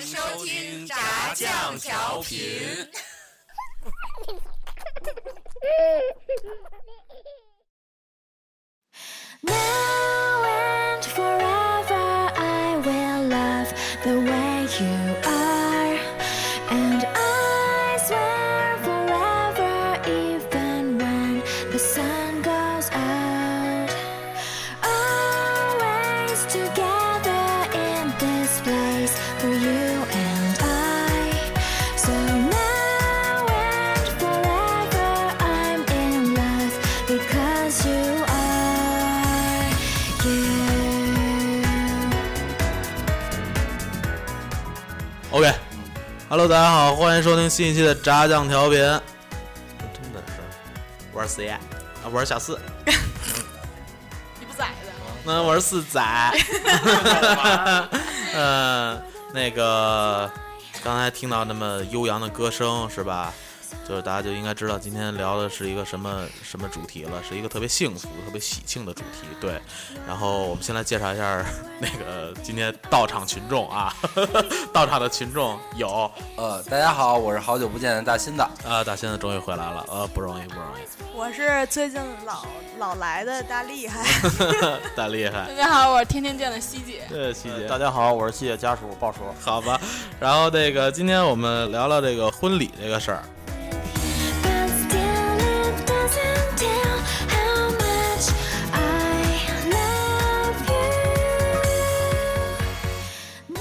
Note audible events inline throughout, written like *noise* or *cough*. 收听炸酱调频。 Now and forever I will love the way you are. And I swear forever, even when the sun goes out. Oh, Always together in this place for you and I. So now and forever I'm in love because you are you. OK，Hello，、大家好，欢迎收听新一期的炸酱调频。真的是，我是四爷，啊，我是小四， *laughs* 你不宰的，那我是四仔。 *laughs* 嗯、那个刚才听到那么悠扬的歌声是吧？就是大家就应该知道今天聊的是一个什么什么主题了，是一个特别幸福、特别喜庆的主题。对，然后我们先来介绍一下 *laughs* 那个今天到场群众啊， *laughs* 到场的群众有呃，大家好，我是好久不见的大新的。啊，大仙子终于回来了，呃，不容易，不容易，我是最近老老来的大厉害， *laughs* 大厉害大。家好，我是天天见的西姐。对，细节呃大家好，我是谢谢家属鲍叔。好吧。然后那个，今天我们聊聊这个婚礼这个事儿。 But still it doesn't tell how much I love you.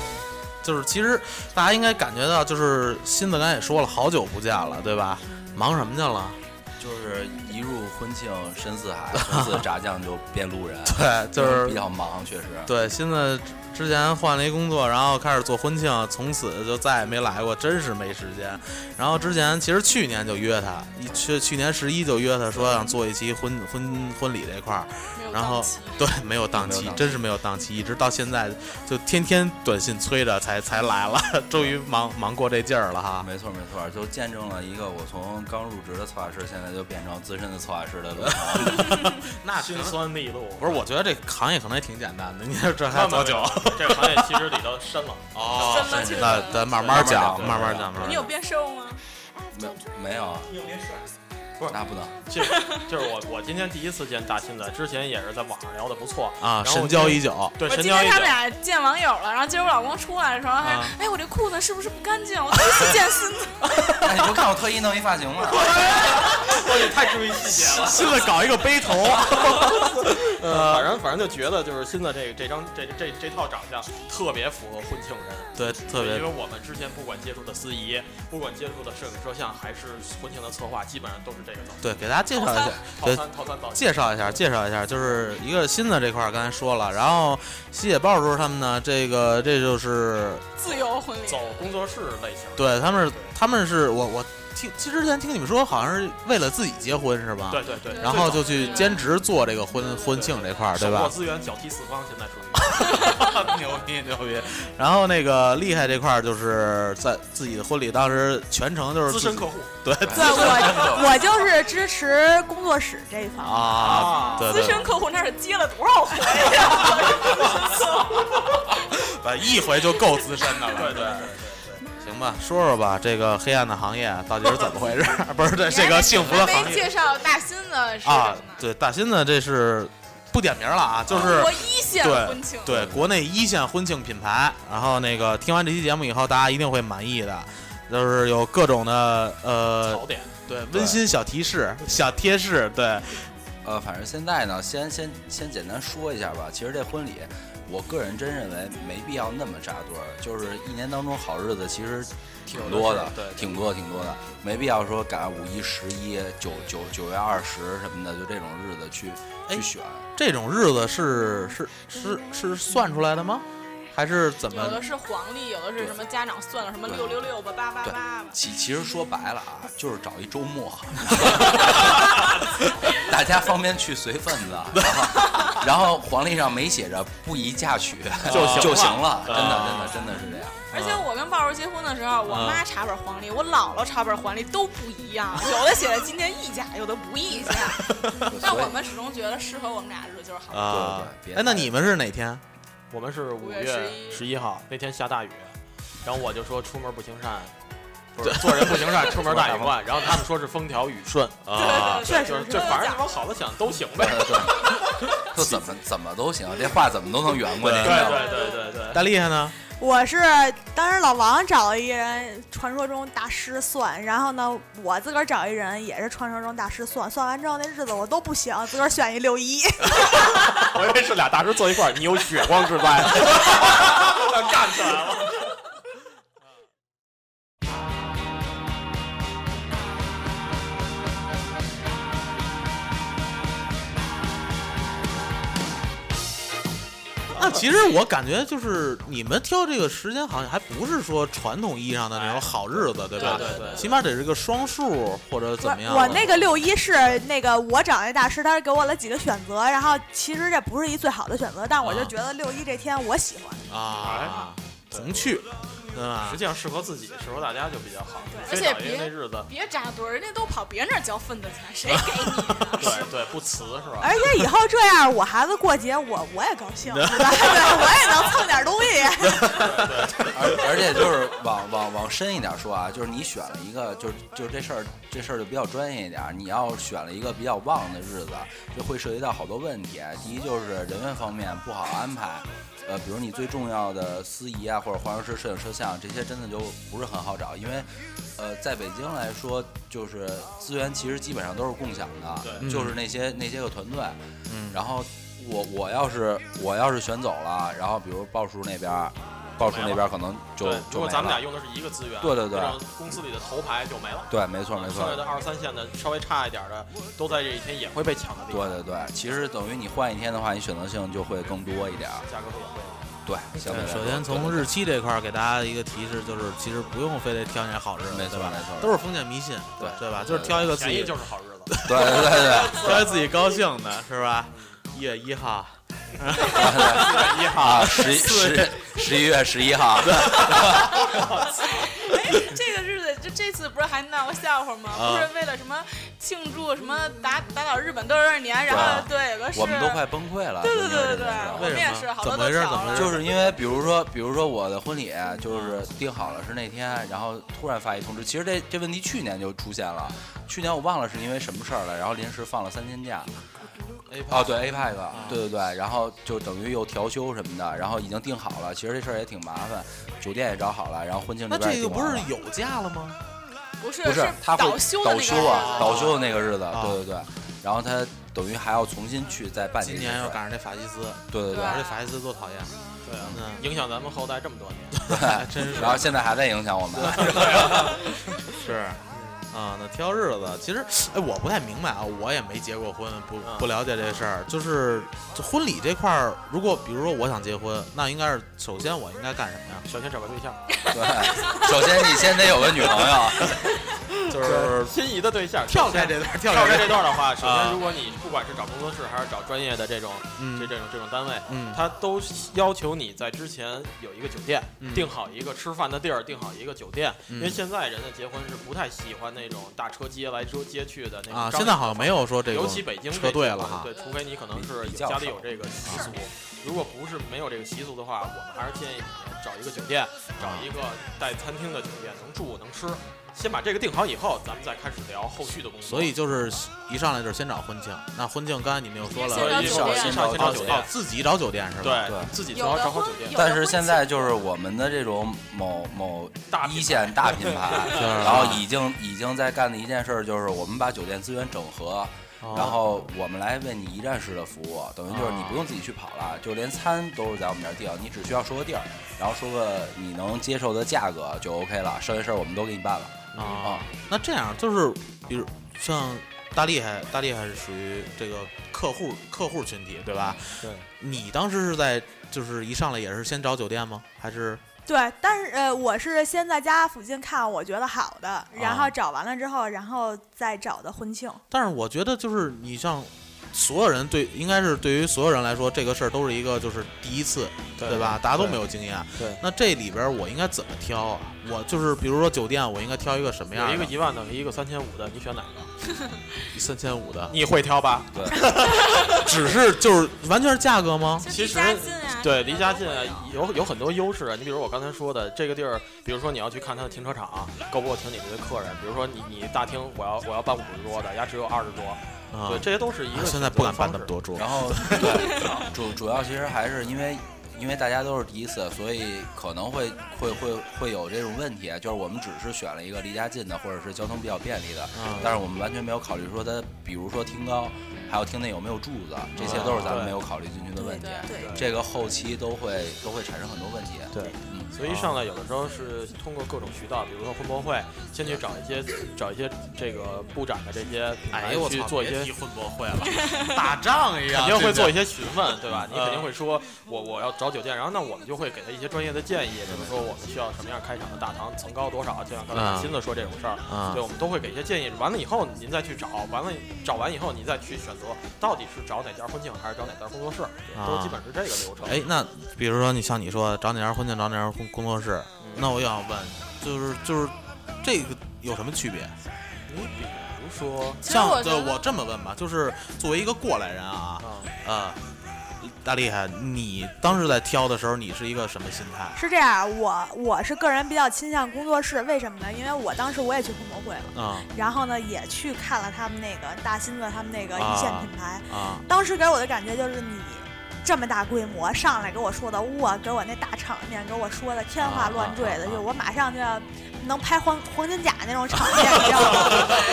就是其实大家应该感觉到，就是新子刚才也说了，好久不见了，对吧？忙什么去了？ *laughs* 就是一入婚庆深似海，从此炸酱就变路人。 *laughs* 对，就是比较忙，确实。对，新子之前换了一工作，然后开始做婚庆，从此就再也没来过，真是没时间。然后之前其实去年就约他，一去去年十一就约他说想做一期婚婚婚礼这块儿，没有然档后期，对没有档没有期档，期真是没有档期，一直到现在就天天短信催着才才来了，终于忙忙过这劲儿了哈。没错没错，就见证了一个我从刚入职的策划师，现在就变成资深的策划师的路 *laughs* 程。那心酸逆路不是，我觉得这行业可能也挺简单的，你 *laughs* 说这还早久？这个行业其实里头深 *laughs* 了。哦深了去那了咱慢慢讲，对慢慢讲，慢慢你有讲。变瘦吗？没没有，你有没帅？那不能。就是就是我我今天第一次见大新的，之前也是在网上聊的不错啊，然后神我交就已久。对我神记交得已他们久。俩见网友了，然后今儿我老公出来的时候还啊说：“哎，我这裤子是不是不干净？” *laughs* 我第一次见孙子，哎，你不看我特意弄一发型吗？我也哦太注意细节了。新的搞一个背头，呃，反正 *laughs* 反正就觉得就是新的这个这张这这这套长相特别符合婚庆人。 *laughs* 对，特别 *laughs* 因为我们之前不管接触的司仪，不管接触的摄影摄像，还是婚庆的策划，基本上都是这个造型。对，给大家介绍一 *laughs* 下，套对，餐套餐造型。介绍一下，介绍一下，就是一个新的这块儿刚才说了，然后吸血豹叔他们呢，这个这就是自由婚礼走。工作室类型。对他们是他们是我我听其实之前听你们说好像是为了自己结婚是吧？对对对。然后最早就去兼职做这个婚婚庆这块儿，对手握吧？资源，脚踢四方，现在属于。牛逼牛逼！然后那个厉害这块儿就是在自己的婚礼，当时全程就是自资深己客户对对我我就是支持工作室这一方。啊，对资对，深客户那是接了多少回啊呀？对一回就够资深的了。对对行吧，说说吧，这个黑暗的行业到底是怎么回事？不是，这这个幸福的还行没业介绍大新的是什啊么？，对，大新呢，这是不点名了啊，就是我一线婚庆，对国内一线婚庆品牌。然后那个听完这期节目以后，大家一定会满意的，就是有各种的对，呃槽，点。对温馨小提示、小贴士，对，呃，反正现在呢，先先先简单说一下吧。其实这婚礼，我个人真认为没必要那么扎堆儿，就是一年当中好日子其实挺多的有的是，对对挺多的挺多的，没必要说赶五一、十一、九九九月二十什么的，就这种日子去哎去选。这种日子是是是是算出来的吗？还是怎有么的？是黄历，有的是什么家长算了什么六六六吧，八八对八吧，。其其实说白了啊，就是找一周末， *laughs* 大家方便去随份子，啊然后然后黄历上没写着不宜嫁娶就行了就行了，真的真啊的真的是这样。而且我跟鲍叔结婚的时候，我妈查本黄历，我姥姥查本黄历都不一样，有的写的今天一家，有的不一家。但所以我们始终觉得适合我们俩日子就是好。啊对对别哎，那你们是哪天？我们是五5月月十一号那天下大雨，然后我就说出门不行善，不是做人不行善，出门大隐患。然后他们 *laughs* 说是风调雨 *laughs* 顺啊，对确就是实就是反正你往好了想都行 *laughs* 呗。对对，就怎么怎么都行，这话怎么都能圆过去。对对对对对 *laughs* 对，大厉害呢？我是当时老王找了一人，传说中大师算，然后呢，我自个儿找一人，也是传说中大师算，算完之后那日子我都不行，自个儿选一六一，我以为是俩大师坐一块儿，你有血光 *laughs* 之灾，站起来了。那啊其实我感觉就是你们挑这个时间，好像还不是说传统意义上的那种好日子，对吧？对对对对起码得是个双数或者怎么样的。啊我那个六一是那个我找那大师，他是给我了几个选择，然后其实这不是一最好的选择，但我就啊觉得六一这天我喜欢。啊，童趣，对吧实？际上适合自己，适合大家就比较好。非对而且找一个别那日 *laughs* 子，别扎堆儿，人家都跑别人那儿交份子钱，谁给你 *laughs* 啊？对对，不辞是吧？而且以后这样，我孩子过节我我也高兴，对吧？对，我也能蹭点东西。而而且就是往往往深一点说啊，就是你选了一个，就是就是这事儿这事儿就比较专业一点儿。你要选了一个比较旺的日子，就会涉及到好多问题。第一就是人员方面不好安排，呃，比如你最重要的司仪啊，或者化妆师、摄影、摄像这些，真的就不是很好找，因为。呃，在北京来说，就是资源其实基本上都是共享的，对就是那些那些个团队，嗯然后我我要是我要是选走了，然后比如鲍叔那边儿，鲍叔那边儿可能就对，如就果没咱们俩了。用的是一个资源，对对对那种公司里的头牌就没了。对，没错没剩下的错，二三线的稍微差一点的，都在这一天也会被抢的地对方，对对，其实等于你换一天的话，你选择性就会更多一点儿。价格也会。对，相对来说首先从日期这块儿给大家一个提示，就是其实不用非得挑选好日子，没错对吧没错都是封建迷信，对对吧？就是挑一个自便己宜就是好日子，对对对对挑一自己高兴的，是吧？一月一号，对，一号啊十一十十一月十一号，哎，这个日子就这次不是还闹个笑话吗？啊不是为了什么庆祝什么打打倒日本多少多少年，然后对有个是，我们都快崩溃了。对真的对对对是对这样，我为们什也么是好怎么多都回事巧怎么了，回事就是因为比如说，比如说我的婚礼就是定好了是那天，然后突然发一通知，其实这这问题去年就出现了，去年我忘了是因为什么事儿了，然后临时放了三天假。哎啊哦，对 APEC，对对对，然后就等于又调休什么的，然后已经定好了，其实这事儿也挺麻烦，酒店也找好了，然后婚庆那边这也个定不完是了有假了吗？不是不是他会倒休的倒那休个日啊，子倒休的那个日子，啊对对对，然后他等于还要重新去再办这今个事年要儿，赶上这法西斯，对对对对，而这法西斯多讨厌，对啊，嗯，影响咱们后代这么多年。 *laughs* 还真是。然后现在还在影响我 *laughs* 们，是，啊，那挑日子，其实，哎，我不太明白啊，我也没结过婚，不嗯不了解这事儿。就是这婚礼这块儿，如果比如说我想结婚，那应该是首先我应该干什么呀？首先找个对象，对，首先你先得有个女朋友，就是心仪的对象。跳开这段，跳跳开开这这段，段的话，首啊先如果你不管是找工作室还是找专业的这种这嗯这种这种单位，嗯他都要求你在之前有一个酒店，嗯定好一个吃饭的地儿，定好一个酒店，嗯因为现在人的结婚是不太喜欢那种大车接来车接去的那种啊，张现在好像没有说这种尤其北京车队了哈对，除非你可能是比有较家里少啊有这个习俗，如果不是没有这个习俗的话，我们还是建议你找一个酒店，找一个带餐厅的酒店，能住能吃。先把这个定好以后，咱们再开始聊后续的工作。所以就是一上来就是先找婚庆，那婚庆刚才你们又说了，先找酒店先找找酒酒店哦，，自己找酒店是吧？对，对自己最好有的找好婚酒店有。的但婚是现庆在就是我们的这种某某大品一牌线大品牌，是啊然后已经已经在干的一件事儿就是我们把酒店资源整合，哦然后我们来为你一站式的服务，等于就是你啊不用自己去跑了，就连餐都是在我们这儿订，你只需要说个地儿，然后说个你能接受的价格就 OK 了，剩下事儿我们都给你办了。啊，那这样就是，比如像大厉害，大厉害是属于这个客户客户群体，对吧？对。你当时是在就是一上来也是先找酒店吗？还是对，但是呃，我是先在家附近看我觉得好啊的，然后找完了之后，然后再找的婚庆。但是我觉得就是你像所有人对，应该是对于所有人来说，这个事儿都是一个就是第一次，对对吧？大家都对没有经验。对那这里边我应该怎么挑啊？我就是比如说酒店，我应该挑一个什么样啊有的？一个一万的，一个三千五的，你选哪个？三千五的，你会挑吧？对，只是就是完全是价格吗？就其离实家近啊，啊，对，什么离家都近会啊有有有很多优势啊。你比如我刚才说的这个地儿，比如说你要去看它的停车场，够不够停你这些客人？比如说你你大厅我要我要办五十桌的，呀只有二十桌，啊对，，这些都是一个、啊现在不敢办那么。多桌，然后对啊主主要其实还是因为因为大家都是第一次，所以可能会会会会有这种问题，啊就是我们只是选了一个离家近的或者是交通比较便利的，但是我们完全没有考虑说它，比如说听高，还有厅内有没有柱子，这些都是咱们没有考虑进去的问题。对对这个后期都会都会产生很多问题。对，嗯，所以上来有的时候是通过各种渠道，比如说婚博会，先去找一些找一些这个布展的这些品哎牌去做一些混博会了， *laughs* 打仗一肯样定会这做是一些询问，对吧？你嗯肯定会说，我我要找酒店，然后那我们就会给他一些专业的建议，比如说我们需要什么样开场的大堂，层高多少，就像刚啊才新子说这种事儿，啊对，我们都会给一些建议。完了以后，您再去找，完了找完以后，你再去选择到底是找哪家婚庆还是找哪家工作室，都基本是这个流程。啊哎，那比如说你像你说找哪家婚庆，找哪家工工作室，嗯那我想问，就是就是这个有什么区别？你比如说其实像我觉对得我这么问吧，就是作为一个过来人啊，啊，呃，大厉害，你当时在挑的时候，你是一个什么心态？是这样，我我是个人比较倾向工作室，为什么呢？因为我当时我也去红博会了，啊然后呢也去看了他们那个大新的他们那个一线品牌，啊当时给我的感觉就是你这么大规模上来给我说的，哇，给我那大场面，给我说的天花乱坠的，啊啊啊啊就我马上就要能拍黄黄金甲那种场面，你知道吗？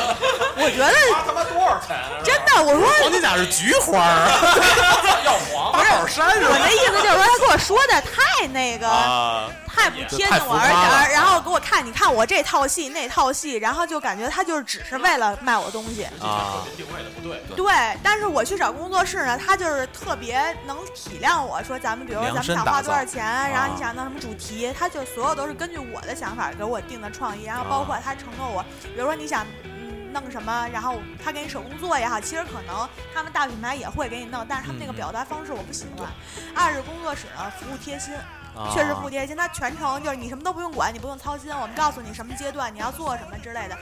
我觉得花他妈多少钱啊？真的，我说黄金甲是菊花儿要黄不是，我的意思就是说，他跟我说的太那 *laughs* *laughs* 个，啊，太不贴近我，太浮夸而了且而然后给我看，你看我这套戏那套戏，然后就感觉他就是只是为了卖我东西。啊定位的不对，对，但是我去找工作室呢，他就是特别能体谅我说，咱们比如说量咱们身想打花造啊多少钱，啊然后你想弄什么主题，他就所有都是根据我的想法给我定的创意，然后包啊括他承诺我，比如说你想。嗯弄什么，然后他给你手工做也好，其实可能他们大品牌也会给你弄，但是他们那个嗯嗯表达方式我不喜欢。二是工作室呢，服务贴心，啊确实服务贴心，它全程就是你什么都不用管，你不用操心，我们告诉你什么阶段你要做什么之类的，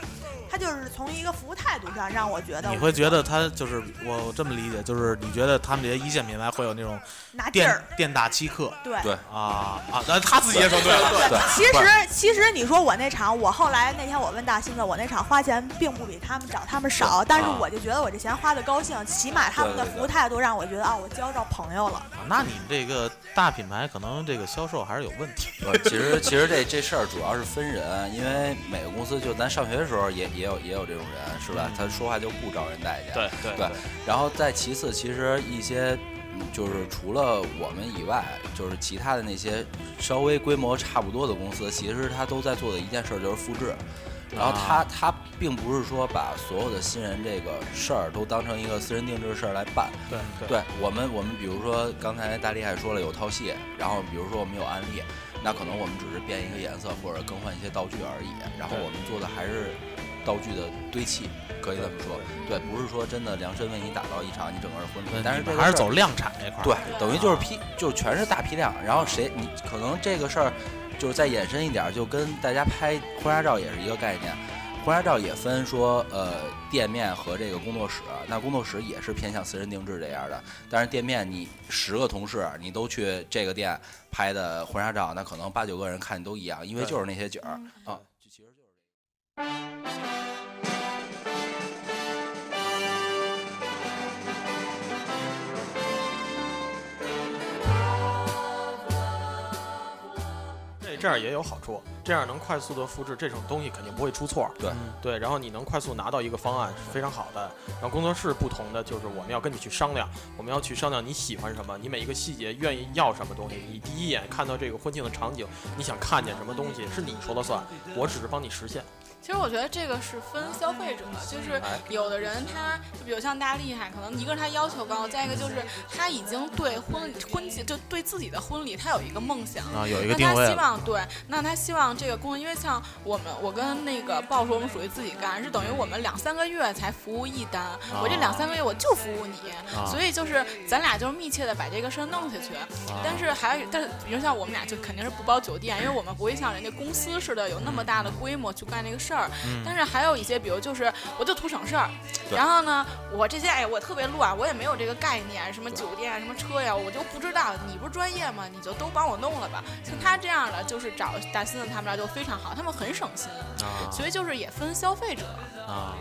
它就是从一个服务态度上让我觉得你会觉得他就是我这么理解，就是你觉得他们这些一线品牌会有那种拿劲店儿，店大欺客对。对啊啊，那他自己也说对了，对，其不是实，其实你说我那场，我后来那天我问大新子，我那场花钱并不比他们找他们少，但是啊我就觉得我这钱花的高兴，起码他们的对对对服务态度让我觉得啊，我交到朋友了。啊那你们这个大品牌可能这个销售还是有问题不其实其实这这事儿主要是分人，因为每个公司就咱上学的时候也也有也有这种人，是吧？他说话就不招人待见。对对对，然后再其次，其实一些嗯就是除了我们以外，就是其他的那些稍微规模差不多的公司，其实他都在做的一件事儿就是复制。然后他啊他并不是说把所有的新人这个事儿都当成一个私人定制的事儿来办。对对对我们我们比如说刚才大力还说了有套系，然后比如说我们有案例，那可能我们只是变一个颜色或者更换一些道具而已，然后对我们做的还是道具的堆砌，可以这么说，对，不是说真的量身为你打造一场你整个的婚礼，，但是你这们个还事是儿走量产啊这块儿。对，等于就是批，就是全是大批量。然后谁，你可能这个事儿，就是再延伸一点儿，就跟大家拍婚纱照也是一个概念。婚纱照也分说，呃，店面和这个工作室。啊那工作室也是偏向私人定制这样的，但是店面你十个同事你都去这个店拍的婚纱照，那可能八九个人看都一样，因为对嗯就是那些景儿啊。就其实就是这这样也有好处，这样能快速的复制这种东西，肯定不会出错。嗯对对，然后你能快速拿到一个方案是非常好的。然后工作室不同的就是我们要跟你去商量，我们要去商量你喜欢什么，你每一个细节愿意要什么东西，你第一眼看到这个婚庆的场景，你想看见什么东西是你说了算，我只是帮你实现。其实我觉得这个是分消费者，就是哎有的人他，就比如像大厉害，可能一个是他要求高，再一个就是他已经对婚婚庆就对自己的婚礼他有一个梦想。啊，有一个那定他位希了望对，那他希望这个工作，因为像我们，我跟那个鲍叔，我们属于自己干，是等于我们两三个月才服务一单，我这两三个月我就服务你，啊所以就是咱俩就是密切的把这个事儿弄下去。啊但是还但是，比如像我们俩就肯定是不包酒店，因为我们不会像人家公司似的有那么大的规模去干这个事儿。儿，嗯嗯但是还有一些，比如就是我就图省事儿，对然后呢，我这些哎，我特别乱，我也没有这个概念，什么酒店啊，什么车呀，我就不知道。你不是专业吗？你就都帮我弄了吧。像他这样的，就是找大新子他们俩就非常好，他们很省心，啊所以就是也分消费者。啊，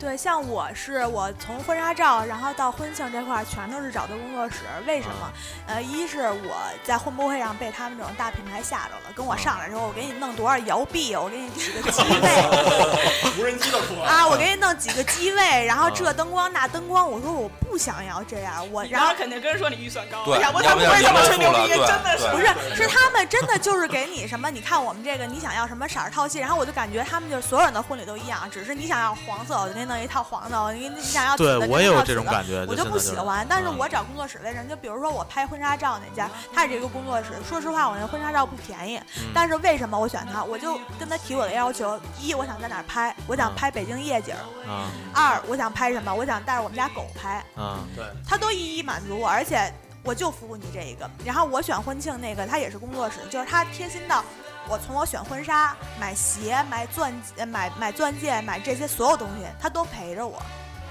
对，像我是我从婚纱照，然后到婚庆这块儿，全都是找的工作室。为什啊么？呃，一是我在婚博会上被他们这种大品牌吓着了，跟啊我上来时候，我给你弄多少摇臂，我给你几个机 *laughs* 位无人机都出来了。啊，我给你弄几个机位，然后啊这灯光那灯光，我说我不想要这样，我啊然后肯定跟人说你预算高哎对，要不要他不们就为什么你吹付牛了逼对真对不是，是他们真的就是给你什么？你看我们这个，你想要什么色儿套系，然后我就感觉他们就是所有人的婚礼都一样，只是你想要黄色，我就给你弄一套黄的；你你想要紫对的，我给也有你弄这种紫的感觉，我呃就就现不在喜是欢。但是嗯我找工作室的人，就比如说我拍婚纱照那家，他也是一个工作室。说实话，我那婚纱照不便宜，嗯但是为什么我选他？我就跟他提我的要求：一，我想在哪儿拍，我想嗯拍北京夜景儿；啊二，我想拍什么，我想带着我们家狗拍。啊他都一一满足我，而且我就服务你这一个。然后我选婚庆那个，他也是工作室，就是他贴心到我从我选婚纱、买鞋、买钻、呃买买钻戒、买这些所有东西，他都陪着我。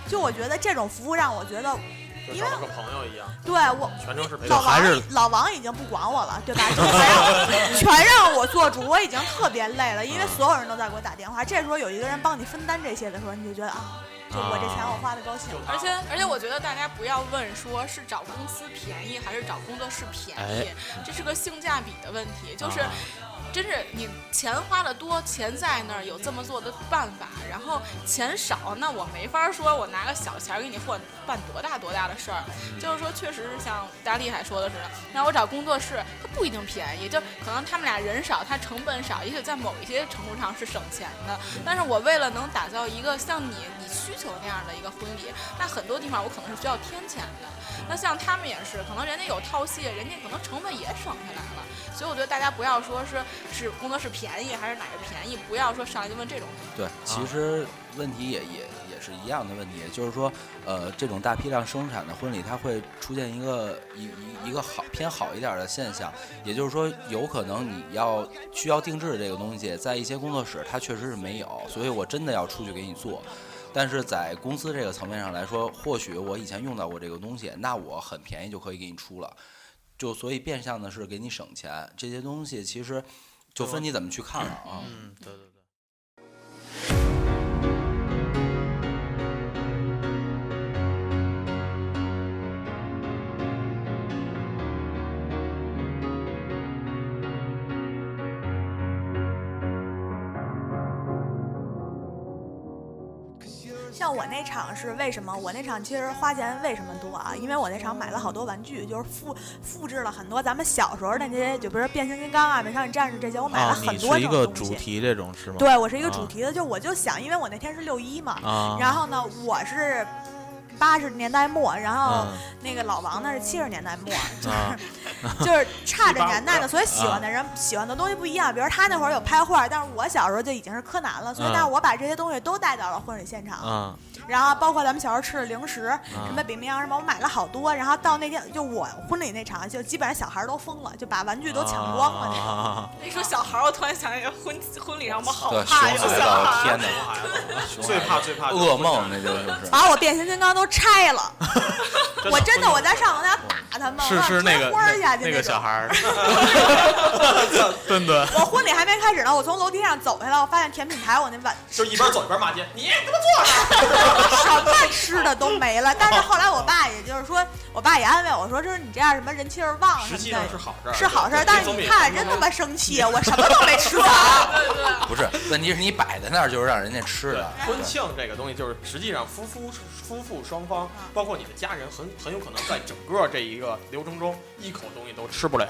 就我觉得这种服务让我觉得，就因找为了个朋友一样，对我全程是陪老伴。还是王老王已经不管我了，对吧？ *laughs* 就是还让我全让我做主，我已经特别累了，因为所有人都在给我打电话。这时候有一个人帮你分担这些的时候，你就觉得啊，就我这钱我花的高兴。而且而且，我觉得大家不要问说是找公司便宜还是找工作室便哎宜，这是个性价比的问题。就是，啊真是你钱花的多，钱在那儿有这么做的办法，然后钱少，那我没法说我拿个小钱儿给你换办多大多大的事儿。就是说，确实是像大厉害说的似的，那我找工作室，它不一定便宜，就可能他们俩人少，它成本少，也许在某一些程度上是省钱的。但是我为了能打造一个像你你需求那样的一个婚礼，那很多地方我可能是需要添钱的。那像他们也是，可能人家有套系，人家可能成本也省下来了。所以我觉得大家不要说是是工作室便宜还是哪个便宜，不要说上来就问这种问题。对，其实问题也也也是一样的问题，就是说，呃，这种大批量生产的婚礼，它会出现一个一一一个好偏好一点的现象，也就是说，有可能你要需要定制这个东西，在一些工作室它确实是没有，所以我真的要出去给你做。但是在公司这个层面上来说，或许我以前用到过这个东西，那我很便宜就可以给你出了，就所以变相的是给你省钱。这些东西其实就分你怎么去看了啊。嗯，对对对。像我那场是为什么？我那场其实花钱为什么多啊？因为我那场买了好多玩具，就是复复制了很多咱们小时候那些，就比如说变形金刚啊、美少女战士这些，我买了啊，很你多是一这个种东主西。题这种是吗？对，我是一个啊主题的，就我就想，因为我那天是六一嘛，啊，然后呢，我是八十年代末，然后嗯那个老王呢是七十年代末， *laughs* 啊就是差着年代的，所以喜欢的人、喜欢的东西不一样。比如他那会儿有拍画，但是我小时候就已经是柯南了，所以嗯但是我把这些东西都带到了婚礼现场。啊然后包括咱们小时候吃的零食，嗯什么饼冰洋什么，我买了好多。然后到那天就我婚礼那场，就基本上小孩都疯了，就把玩具都抢光了那种。啊那说小孩儿，我突然想起来婚婚礼上我们好对，怕熊有孩小子，孩儿。天哪！孩子最怕最怕噩梦，那就是就是。把我变形金刚都拆了，真我真的我在。在上楼那打他们，嗯是我是那个推花儿下去那种个小孩。 *laughs* 儿， *laughs* 顿顿我婚礼还没开始呢，我从楼梯上走下来，我发现甜品台我那碗就是一边走一边骂街，你他妈 *laughs* 什么吃的都没了。但是后来我爸也就是说，我爸也安慰我说，就是你这样什么人气儿旺什实么际上是的。好事儿，是好事儿，对但是你啊看，真他妈生气，我什么都没 *laughs* 吃着。不是，问题是你摆在那儿就是让人家吃对的。婚庆这个东西，就是实际上夫夫夫妇双方，嗯包括你的家人，很很有可能在整个这一个流程中，一口东西都吃不了，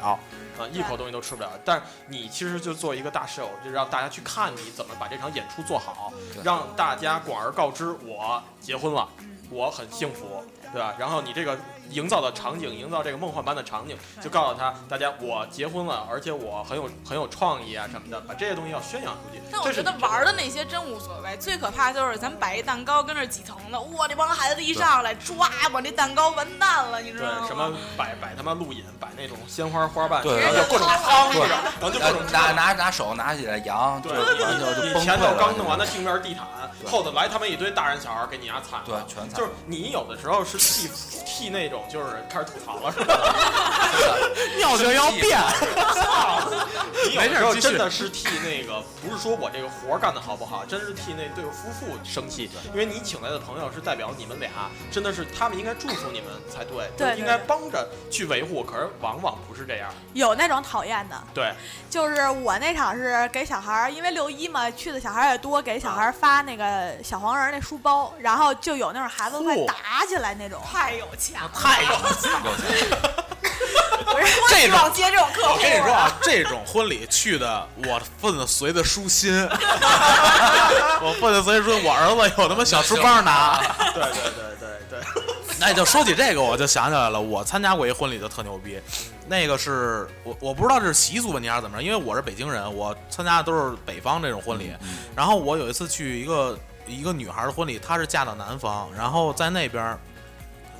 啊、一口东西都吃不了。但你其实就做一个大 show，就让大家去看你怎么把这场演出做好，对让嗯大家广而告之，我结婚了，我很幸福，对吧？然后你这个营造的场景，营造这个梦幻般的场景，就告诉他大家我结婚了，而且我很有很有创意啊什么的，把这些东西要宣扬出去。但我这是觉得你玩儿的那些真无所谓，最可怕就是咱们摆一蛋糕跟那儿挤疼的，哇，这帮孩子一上来抓我这蛋糕完蛋了，你知对道吗？什么哦摆摆他妈路引，摆那种鲜花花瓣，对然后就各种汤，对然后就各种呃拿拿拿手拿起来扬，就对完就就你崩前溃头了。刚弄完的地面地毯，后头来他们一堆大人小孩给你压惨了。对全惨就是你有的时候是替替那种就是开始吐槽了，是吧？尿性要变，操！你有没的事时候继续真的是替那个，不是说我这个活儿干的好不好，真是替那对夫妇生气，因为你请来的朋友是代表你们俩，真的是他们应该祝福你们才对，对就是应对该对帮着去维护，可是往往不是这样。有那种讨厌的，对，就是我那场是给小孩儿，因为六一嘛，去的小孩儿也多，给小孩儿啊发那个小黄人儿那书包，然后就有那种孩子快嚯打起来那种，太有钱啊了，太有 *laughs* 我是我这希种望接这种客我户跟你说啊，这种婚礼去的，我份子随的舒心， *laughs* 我份子随说，我儿子有他妈小书包拿。对对对对对，那就说起这个，我就想起来了，我参加过一婚礼就特牛逼，那个是我我不知道这是习俗问题还是怎么着，因为我是北京人，我参加的都是北方这种婚礼。然后我有一次去一个一个女孩的婚礼，她是嫁到南方，然后在那边儿。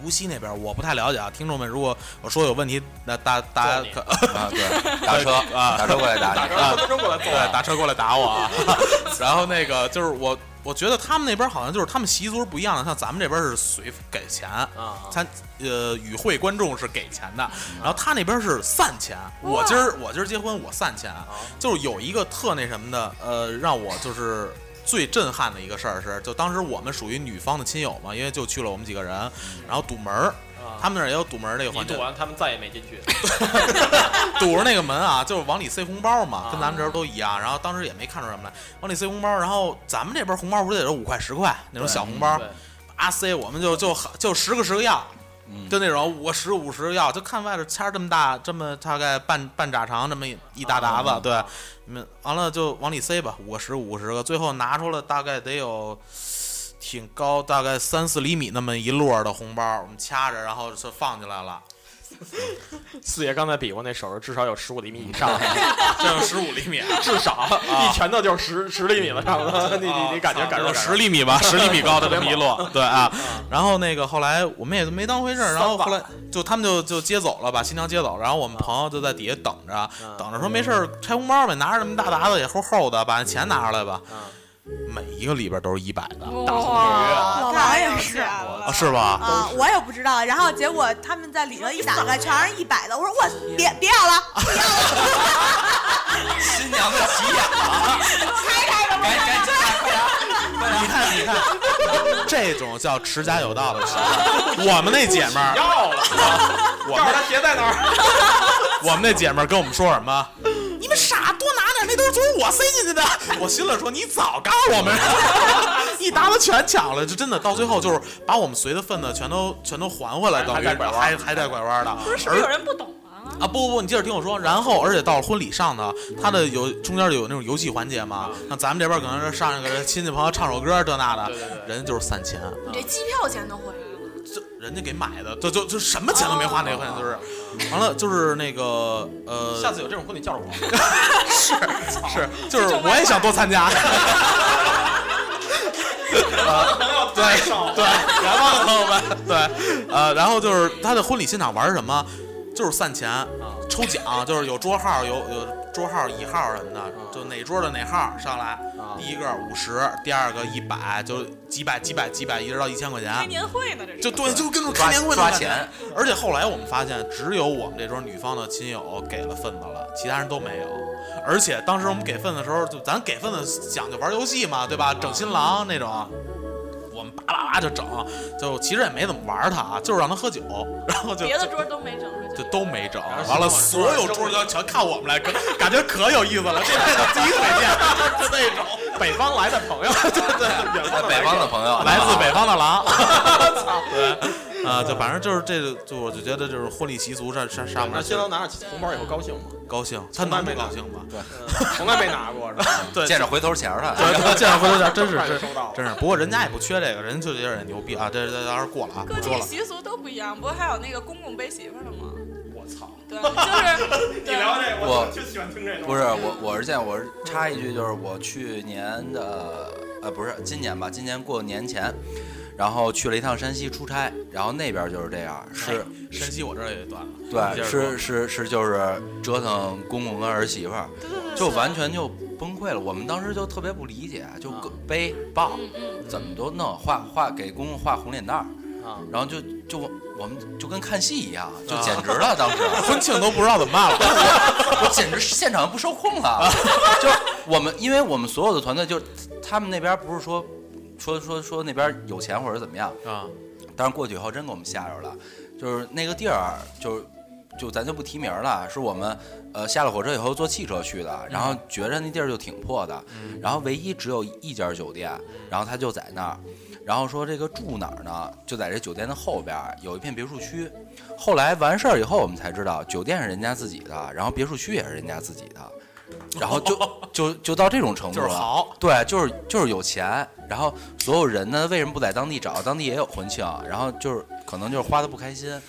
无锡那边儿我不太了解啊，听众们，如果我说有问题，那大大家揍你可 *laughs* 啊，对， *laughs* 打车啊打车过来打打你。着分分钟过来揍对，我。打车过来打我啊。 *laughs* 然后那个就是我，我觉得他们那边好像就是他们习俗是不一样的，像咱们这边是随给钱，啊，参呃与会观众是给钱的，嗯然后他那边是散钱。我今儿我今儿结婚我散钱，啊啊就是有一个特那什么的，呃，让我就是。最震撼的一个事儿是，就当时我们属于女方的亲友嘛，因为就去了我们几个人，然后堵门儿，嗯啊他们那儿也有堵门儿这个你啊环节赌，完，他们再也没进 *laughs* 去。 *laughs* 堵着那个门 *laughs* 啊，就是往里塞红包嘛啊，跟咱们这儿都一样。然后当时也没看出什么来，往里塞红包。然后咱们这边红包不是得有五块、十块那种小红包对，啊塞，我们就就就十个十个要，就那种我十五十个要，就看外头签儿这么大，这么大概半半拃长这么一一大沓子，对，你们完了就往里塞吧，五个十五十个，最后拿出了大概得有。挺高，大概三四厘米那么一摞儿的红包，我们掐着，然后就放进来了，四爷刚才比划那手势，至少有十五厘米以 *laughs* 上，这有十五厘米啊，至少一拳头就是十十厘米了，差不多。你你你感觉感受有啊感十受。厘米 *laughs* 吧，十厘米高的这么一摞，对啊。嗯然后那个后来我们也都没当回事儿，然后后来就他们就就接走了，把新娘接走，然后啊我们朋友就在底下等着，嗯等着说没事儿拆红包呗，拿着这么一大沓子也厚厚的，把钱拿出来吧。嗯每一个里边都是一百的哇，老王太也有是钱了啊，是吧？啊，我也不知道。然后结果他们在里头一打开，全是一百的，我说我别别要了，不要了，新娘子急眼啊了，开开吧，赶赶紧快点，快点！你看，你 *laughs* 看，这种叫持家有道的媳妇儿。我们那姐们儿，要了，我告诉们他鞋在哪儿。我们那姐们儿跟我们说什么？你们傻，多拿点，那都是从我塞进去的。 *laughs* 我心里说，你早告诉我们， *laughs* 一沓子全抢了，就真的到最后就是把我们随的份子全都全都还回来，等于还带拐弯还还带拐弯的。不是是不是有人不懂啊？啊不不不，你接着听我说。然后，而且到了婚礼上呢，它的有中间有那种游戏环节嘛，像咱们这边可能是上一个亲戚朋友唱首歌这那的，人家就是散钱，你这机票钱都回来了。这人家给买的，就就就什么钱都没花，哦那块钱就是。完了就是那个呃，下次有这种婚礼叫上 *laughs* 我。是，就是我也想多参加。啊，对对，远方的朋友们，对，呃，然后就是他的婚礼现场玩什么，就是散钱，抽奖，就是有桌号，有有桌号一号什么的，就哪桌的哪号上来，第一个五十，第二个一百，就几百几百几百，一直到一千块钱。开年会呢，这是啊就对，就跟那种开年会那种抓感觉抓钱。而且后来我们发现，只有我们这桌女方的亲友给了份子了，其他人都没有。而且当时我们给份子的时候，就咱给份子讲究玩游戏嘛，对吧？整新郎那种。我们叭叭叭就整，就其实也没怎么玩他啊，就是让他喝酒，然后就别的就桌都没整出去就。都没整，后完了新所郎有桌桌角全看我们来，可感觉可有意思了，这辈子第一回见，就那种， *laughs* 北方呃来的朋友，对对，远方啊北方的朋友， *laughs* 来自北方的狼，对， *laughs* 啊，就反正就是这个，就我就觉得就是婚礼习俗上上上面那儿新郎拿着红包以后高兴吗？高兴，他从来能没不拿高兴吗？ *laughs* 从来没拿过，是吧？对，见着回头钱儿了。对，对见着回头钱儿真是太真收到了 *laughs* 真是，不过人家也不缺这个，人家就有点牛逼啊，这这当时过了啊，各不说地了。习俗都不一样，不过还有那个公公背媳妇儿的吗？我操！对，啊就是你聊对，这，我就喜欢听这个。不是我，我是这样，我是插一句，就是我去年的，呃，不是今年吧，今年过年前，然后去了一趟山西出差，然后那边就是这样，哎是，哎山西，我这儿也断了。你接对，着说是是是，就是折腾公公跟儿媳妇儿，对对对，就是完全就崩溃了。我们当时就特别不理解，就各背抱，嗯嗯，怎么都弄，画画给公公画红脸蛋儿，啊，然后就就我我们就跟看戏一样，就简直了，当时。 *laughs* 婚庆都不知道怎么 *laughs* 办了，我简直是现场不受控了。 *laughs* 就我们，因为我们所有的团队，就他们那边不是说说说说那边有钱或者怎么样，啊，但是过去以后真给我们吓着了。就是那个地儿，就是就咱就不提名了，是我们呃下了火车以后坐汽车去嗯的，然后觉着那地儿就挺破的，然后唯一只有一家酒店，嗯然后他就在那儿。然后说这个住哪儿呢？就在这酒店的后边儿有一片别墅区。后来完事儿以后，我们才知道酒店是人家自己的，然后别墅区也是人家自己的，然后 *laughs* 就就就到这种程度就是了。好，对，就是就是有钱，然后所有人呢，为什么不在当地找？当地也有婚庆，然后就是可能就是花的不开心，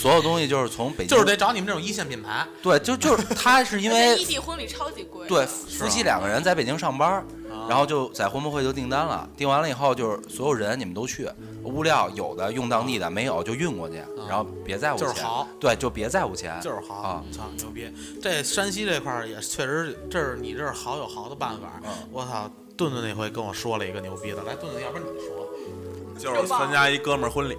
所有东西就是从北京，就是得找你们这种一线品牌。对，就 *laughs* 就是他是因而为且异地婚礼超级贵，对夫妻两个人在北京上班，啊然后就在婚博会就订单了，订完了以后就是所有人你们都去，物料有的用当地的，没有就运过去，然后别在乎啊就是钱，好对，就别在乎钱，就是好啊，操牛逼！这山西这块儿也确实，这是你这儿好有好的办法。嗯我操，顿顿那回跟我说了一个牛逼的，来顿顿，要不然你说。就是参加一哥们儿婚礼，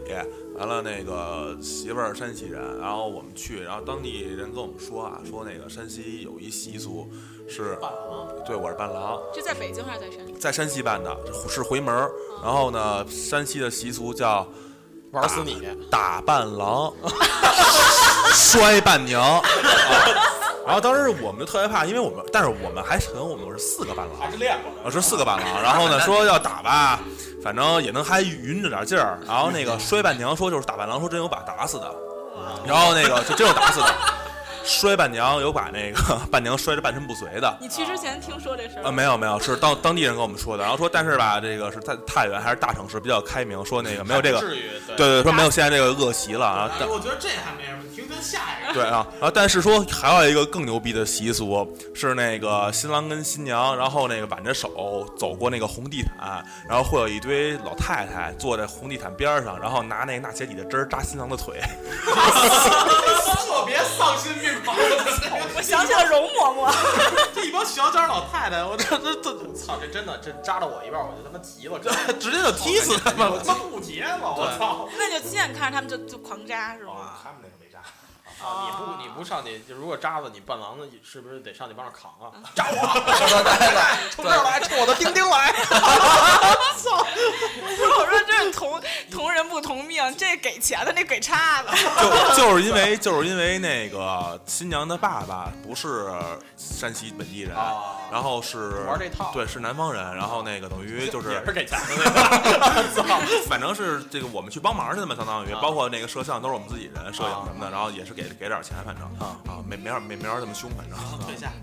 完了那个媳妇儿山西人，然后我们去，然后当地人跟我们说啊，说那个山西有一习俗是伴郎，对，我是伴郎，这在北京还是在山西？在山西办的，是回门儿。然后呢，山西的习俗叫玩死你！打伴郎，摔伴娘。啊然后当时我们就特别怕，因为我们，但是我们还很，我们是四个伴郎，还是练过，是四个伴郎。然后呢，说要打吧，反正也能还匀着点劲儿。然后那个摔伴娘说就是打伴郎说真有把打死的，然后那个就真有打死的，摔伴娘有把那个伴娘摔得半身不遂的。你去之前听说这事儿啊，吗？没有没有，是当当地人跟我们说的，然后说，但是吧，这个是在太原还是大城市比较开明，说那个没有这个，至于对对，说没有现在这个恶习了啊。但哎我觉得这还没什么，听听下 *laughs* 一 *laughs* 个。对啊，然后但是说还有一个更牛逼的习俗是那个新郎跟新娘，然后那个挽着手走过那个红地毯，然后会有一堆老太太坐在红地毯边儿上，然后拿那个纳鞋底的汁儿扎新郎的腿。 *laughs* 特别丧心病狂，我想起了容嬷嬷，这一帮小脚老太太，我这这这，我操，这真的这扎着我一半，我就他妈急了，直接就踢死他们！他妈不结了，我操！ *laughs* 那就亲眼看着他们就就狂扎是吗？ *laughs* 他们那个没扎。你不你不上去，就如果扎了你伴郎的，是不是得上去帮着扛啊？扎我！冲这儿来，冲我的丁丁来！不是，我说这是同同人不同命，这给钱的，那给差的。就就是因为就是因为那个新娘的爸爸不是山西本地人，啊然后是玩这套对，是南方人，然后那个等于就是也是给钱的那个， *laughs* 反正是这个我们去帮忙去的嘛，相当于啊包括那个摄像都是我们自己人摄影什啊么的，然后也是给给点儿钱，反正啊啊没没法没没法这么凶，反正啊退下。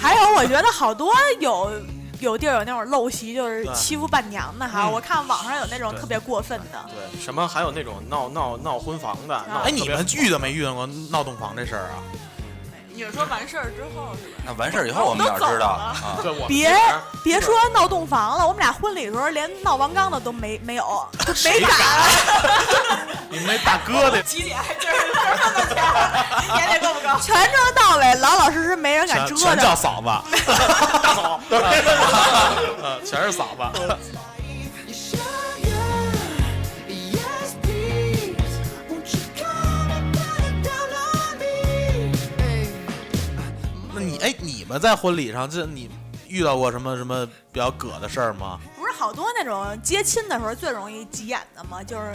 还有我觉得好多有。有地儿有那种陋习，就是对欺负伴娘的哈。嗯我看网上有那种特别过分的，对，什么还有那种闹闹闹婚房的，闹哎，你们遇到没遇到过闹洞房这事儿啊？ *laughs* 你是说完事儿之后是吧？那完事儿以后我们哪知道啊？对我别别说闹洞房了，我们俩婚礼的时候连闹王刚的都没没有，就没敢，你们那大哥 *laughs* 的起点还就是就是这么点，眼里够不够？全程到尾，老老实实，没人全敢折全叫腾。嫂 *laughs* 子，大嫂，呃，全是嫂子。那你哎，你们在婚礼上这你遇到过什么什么比较葛的事儿吗？不是好多那种接亲的时候最容易急眼的吗？就是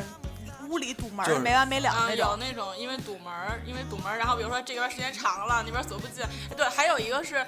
屋里堵门儿就是没完没了啊，那有种。那种因为堵门儿，因为堵门儿，然后比如说这边时间长了，那边锁不进。哎对，还有一个是。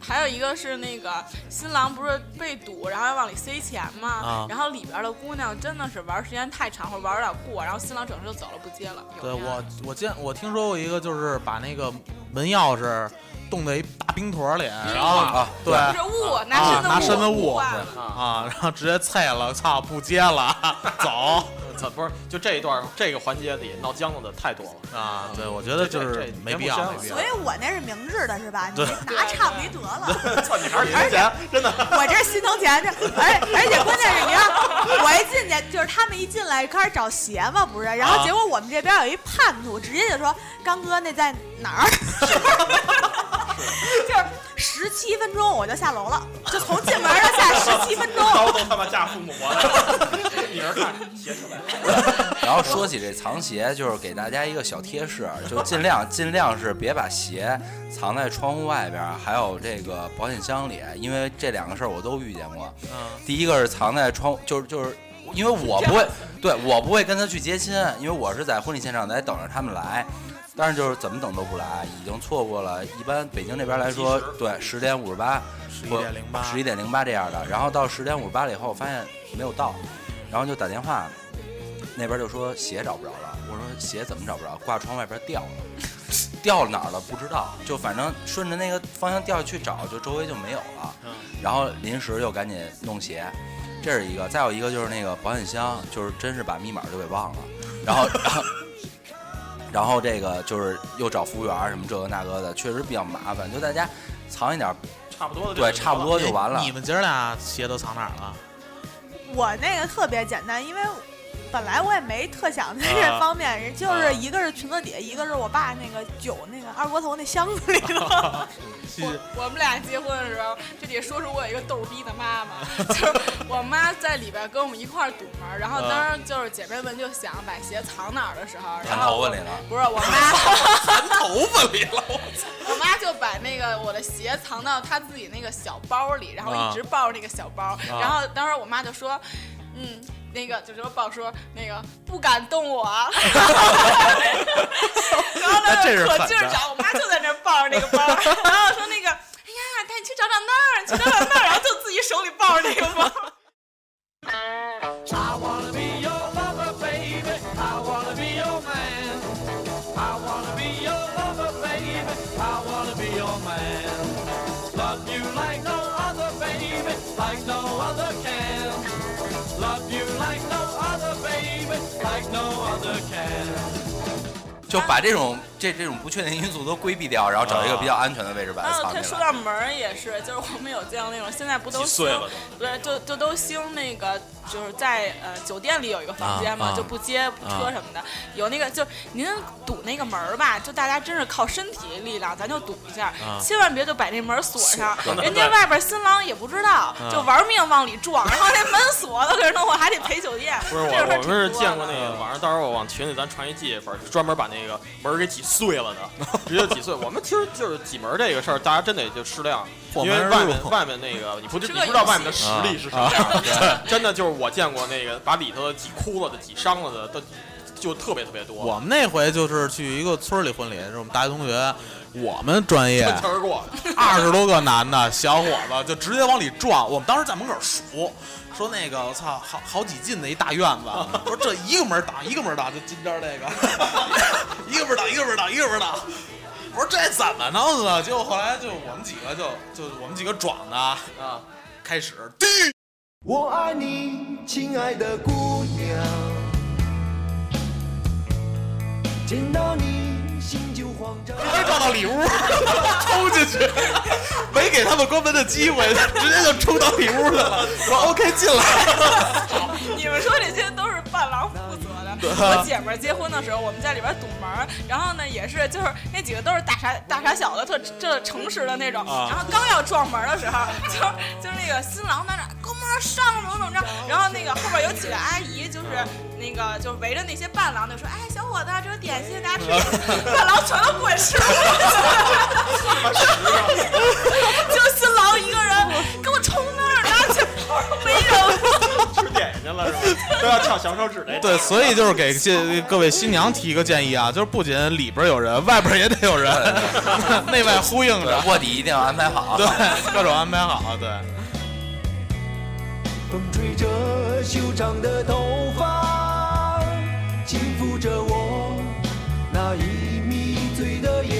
还有一个是那个新郎不是被堵，然后要往里塞钱嘛，啊然后里边的姑娘真的是玩时间太长或者玩有点过，然后新郎转身就走了，不接了。有对那样我我见我听说过一个，就是把那个门钥匙冻在一大冰坨里，嗯然后 *laughs* 啊，对不是雾，啊拿身身份份物雾换了，啊，然后直接碎了，操，不接了，走怎不是就这一段儿这个环节里闹僵了的太多了。啊！对，我觉得就是没必要，没必要所。以我那是明智的，是吧？你对拿差不离得了，操你还是零钱，真的。我这心疼钱，这而而且关键是你看，我一进去就是他们一进来开始找鞋嘛，不是？然后结果我们这边有一叛徒，直接就说刚哥那在哪儿？ *laughs* 就是十七分钟我就下楼了，就从进门到下十七分钟。刀都他妈架父母了，女儿看鞋出来了。 *laughs* 然后说起这藏鞋，就是给大家一个小贴士，就尽量尽量是别把鞋藏在窗户外边儿，还有这个保险箱里，因为这两个事儿我都遇见过。第一个是藏在窗，就是就是。因为我不会，对我不会跟他去接亲，因为我是在婚礼现场在等着他们来，但是就是怎么等都不来，已经错过了。一般北京这边来说，对十点五十八，十一点零八，十一点零八这样的，然后到十点五十八了以后，发现没有到，然后就打电话，那边就说鞋找不着了。我说鞋怎么找不着？挂窗外边掉了，掉哪儿了不知道，就反正顺着那个方向掉下去找，就周围就没有了。嗯然后临时又赶紧弄鞋，这是一个。再有一个就是那个保险箱，就是真是把密码就给忘了，然后然后。然后这个就是又找服务员儿什么这个那个的，确实比较麻烦。就大家藏一点儿，差不多的对，差不多就完了。你们姐儿俩鞋都藏哪儿了？我那个特别简单，因为本来我也没特想在这方面，人就是一个是裙子底下，一个是我爸那个酒那个二锅头那箱子里头。我我们俩结婚的时候，这里说出我有一个逗逼的妈妈，就是我妈在里边跟我们一块儿堵门儿，然后当时就是姐妹们就想把鞋藏哪儿的时候，然弹后头我发里了。不是我妈，头发里了，我妈就把那个我的鞋藏到她自己那个小包里，然后啊一直抱着那个小包，然后当时我妈就说，嗯。那个就说抱说那个不敢动我， *laughs* 然后呢那这是可反劲儿的找，我妈就在那儿 *laughs* 抱着那个包，然后说那个哎呀，带你去找找那儿，你去找找那儿，然后就自己手里抱着那个包。 I wanna be your lover, baby. I wanna be your man. I wanna be your lover, baby. I wanna be your man. Love you like no other, baby, like no other can. Love you like no other, baby, like no other can. 就把这种这这种不确定因素都规避掉，然后找一个比较安全的位置把然它后藏他起说来。到门儿也是，就是我们有见过那种，现在不都几岁兴了对，就就都兴那个，就是在呃酒店里有一个房间嘛，啊啊就不接不车什么的，有那个就您堵那个门儿吧，就大家真是靠身体力量，咱就堵一下，啊千万别就把那门儿锁上，人家外边新郎也不知啊道，就玩命往里撞，然后那门锁都给人弄坏，还得赔酒店。不是我，这种我事儿们是挺多见过的那个晚上，到时候我往群里咱传一记忆本，专门把那个门儿给挤碎 *laughs* 了的，直接挤碎。我们其实就是挤门儿这个事儿，大家真得就适量，破因门为而外入啊面外面那个你不知是你个不知道游戏外面的实力是什么样的， *laughs* 真的就是我见过那个把里头的挤哭了的、挤伤了的，都就特别特别多。我们那回就是去一个村儿里婚礼，是我们大学同学，我们专业喷气而过， *laughs* 二十多个男的小伙子就直接往里撞，我们当时在门口数，说那个我操，好好几进的一大院 *laughs* 子，说这一个门挡一个门挡，就今天这个，一个门挡一个门挡一个门挡。我说这怎么弄啊？结果后来就我们几个就就我们几个壮的啊，开始滴我爱你，亲爱的姑娘，见到你心就慌张。直接撞到里屋， *laughs* 冲进去，没给他们关门的机会，直接就冲到里屋去了。说 OK 进来， *laughs* 你们说这些都是伴郎负责的。我姐们儿结婚的时候，我们在里边堵门儿，然后呢也是就是那几个都是大傻大傻小子，特特诚实的那种。然后刚要撞门儿的时候，就是就是那个新郎在那儿哥们儿上怎么怎么着，然后那个后边有几个阿姨就是。那个就围着那些伴郎就说：“哎，小伙子，这是点心，大家吃。”伴郎全都滚吃了， *laughs* 就新郎一个人给我冲那儿，拿起包没有。吃点去了，是吧？都要跳小手指那对，所以就是给这各位新娘提一个建议啊，就是不仅里边有人，外边也得 *laughs* 有人，内外呼应对着，卧底一定要安排好。对，各种安排好，对。风吹着修长的头发，轻抚着我那已迷醉的眼。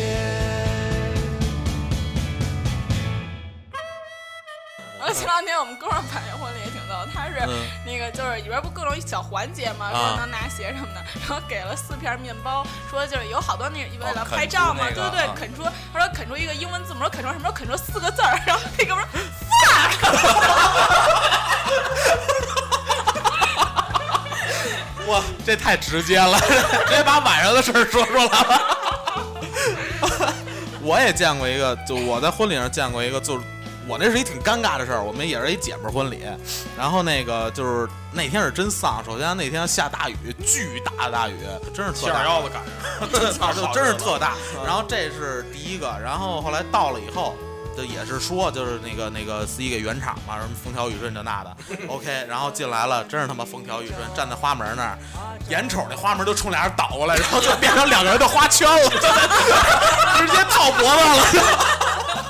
然后前两天我们哥们儿办这婚礼也挺逗，他是嗯那个就是里边不各种小环节嘛，啊说能拿鞋什么的，然后给了四片面包，说就是有好多那为了哦拍照嘛，啃出对那个对对啊，啃出他说啃出一个英文字母，说啃出什么时候啃出四个字儿，然后那哥们儿说哇，这太直接了， *laughs* 直接把晚上的事儿说出来了。 *laughs* 我也见过一个，就我在婚礼上见过一个，就是我那是一挺尴尬的事儿。我们也是一姐们儿婚礼，然后那个就是那天是真丧，首先那天下大雨，巨大的大雨， *laughs* 真是 *laughs* 七特二大。幺子赶上，*laughs* 啊，*laughs* 就真是特大。然后这是第一个，然后后来到了以后，就也是说就是那个那个司仪给圆场嘛，什么风调雨顺这那的，OK。然后进来了，真是他妈风调雨顺，站在花门那儿，眼瞅那花门都冲俩人倒过来，然后就变成两个人的花圈了， *laughs* 直接套脖子了。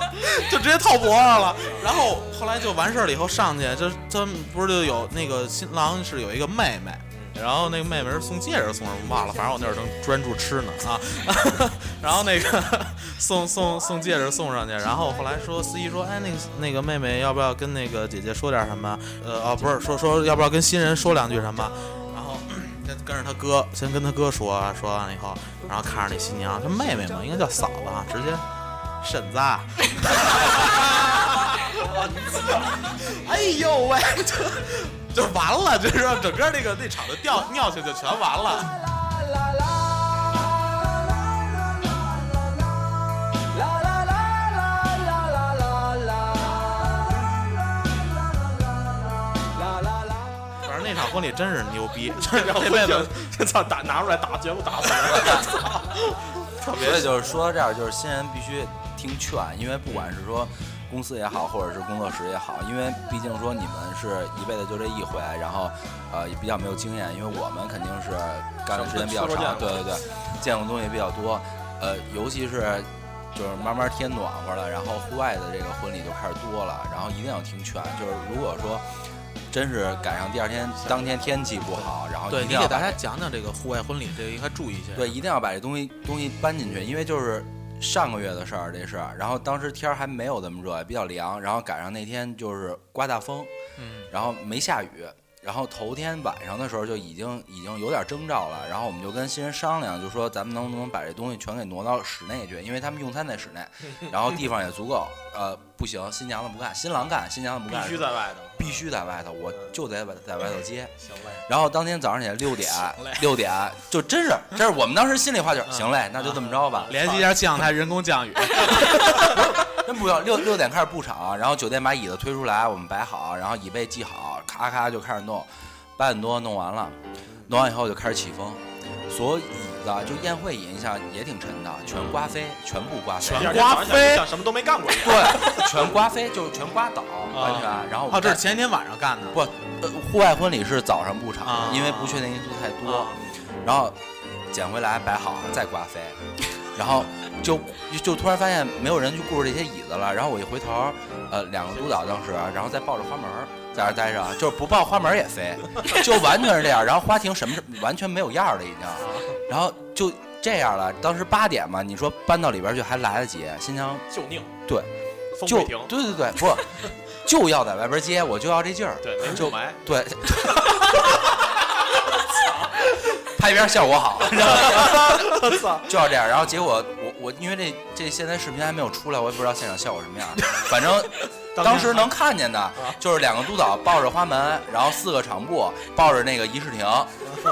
*laughs* 就直接套脖子了，然后后来就完事儿了以后上去，就是他们不是就有那个新郎是有一个妹妹，然后那个妹妹是送戒指送什么忘了，反正我那会儿正专注吃呢啊，然后那个 *laughs* 送送送戒指送上去，然后后来说司仪说，哎，那个那个妹妹要不要跟那个姐姐说点什么？呃，哦，不是，说说要不要跟新人说两句什么？然后先跟着他哥，先跟他哥说，啊说完了以后，然后看着那新娘，她妹妹嘛，应该叫嫂子啊，直接婶子啊。 *laughs* 哎呦喂，就就完了，就是说整个那个那场的调尿性就全完了。反正那场婚礼真是牛逼，这这辈子 *laughs* 这操打拿出来打，结果打死了。所以就是说到这儿，就是新人必须听劝，因为不管是说公司也好，或者是工作室也好，因为毕竟说你们是一辈子就这一回，然后呃也比较没有经验，因为我们肯定是干的时间比较长，对对对，见过东西比较多，呃，尤其是。就是慢慢天暖和了，然后户外的这个婚礼就开始多了，然后一定要听劝。就是如果说真是赶上第二天当天天气不好，然后 *laughs* 一对你定要给把大家讲讲这个户外婚礼，这个应该注意一下。对，一定要把这东西东西搬进去，因为就是上个月的事儿，这是。然后当时天儿还没有这么热，比较凉，然后赶上那天就是刮大风，嗯，然后没下雨，然后头天晚上的时候就已经已经有点征兆了，然后我们就跟新人商量，就说咱们能不能把这东西全给挪到室内去，因为他们用餐在室 *laughs* 内，然后地方也足够。呃，不行，新娘子不干，新郎干，新娘子不干，必须在外头， *laughs* 必须在外头，我就在外在外头接。行嘞。然后当天早上 *laughs* 起来六点，六点就真是，这是我们当时心里话嗯就是，行嘞，那就这么着吧，联系一下气象台人工 *laughs* 降雨。真不要六六点开始布场，啊然后酒店把椅子推出来，我们摆好，然后椅背系好，咔咔就开始弄，八点多弄完了，弄完以后就开始起风，所有椅子啊就宴会椅，你想也挺沉的，全嗯刮飞，全部刮飞，第二天早上起来就像什么都没干过一样。对，全刮飞，就是全刮倒，完全。啊然后我哦，们这是前一天晚上干的。不，呃，户外婚礼是早上布场，啊因为不确定因素太多，啊然后捡回来摆好再刮飞，然后就就突然发现没有人去顾着这些椅子了，然后我一回头，呃，两个督导当时，然后再抱着花门儿在那儿待着，就是不抱花门儿也飞，就完全是这样，然后花亭什么是完全没有样儿了已经，然后就这样了，当时八点嘛，你说搬到里边儿去还来得及，新疆就宁，对，风就会停，对对对，不 *laughs* 就要在外边儿接，我就要这劲儿，对，没雾就霾，对， *laughs* 拍片效果好，就要这样。然后结果我我因为这这现在视频还没有出来，我也不知道现场效果什么样。反正当时能看见的就是两个督导抱着花门，然后四个场部抱着那个仪式亭，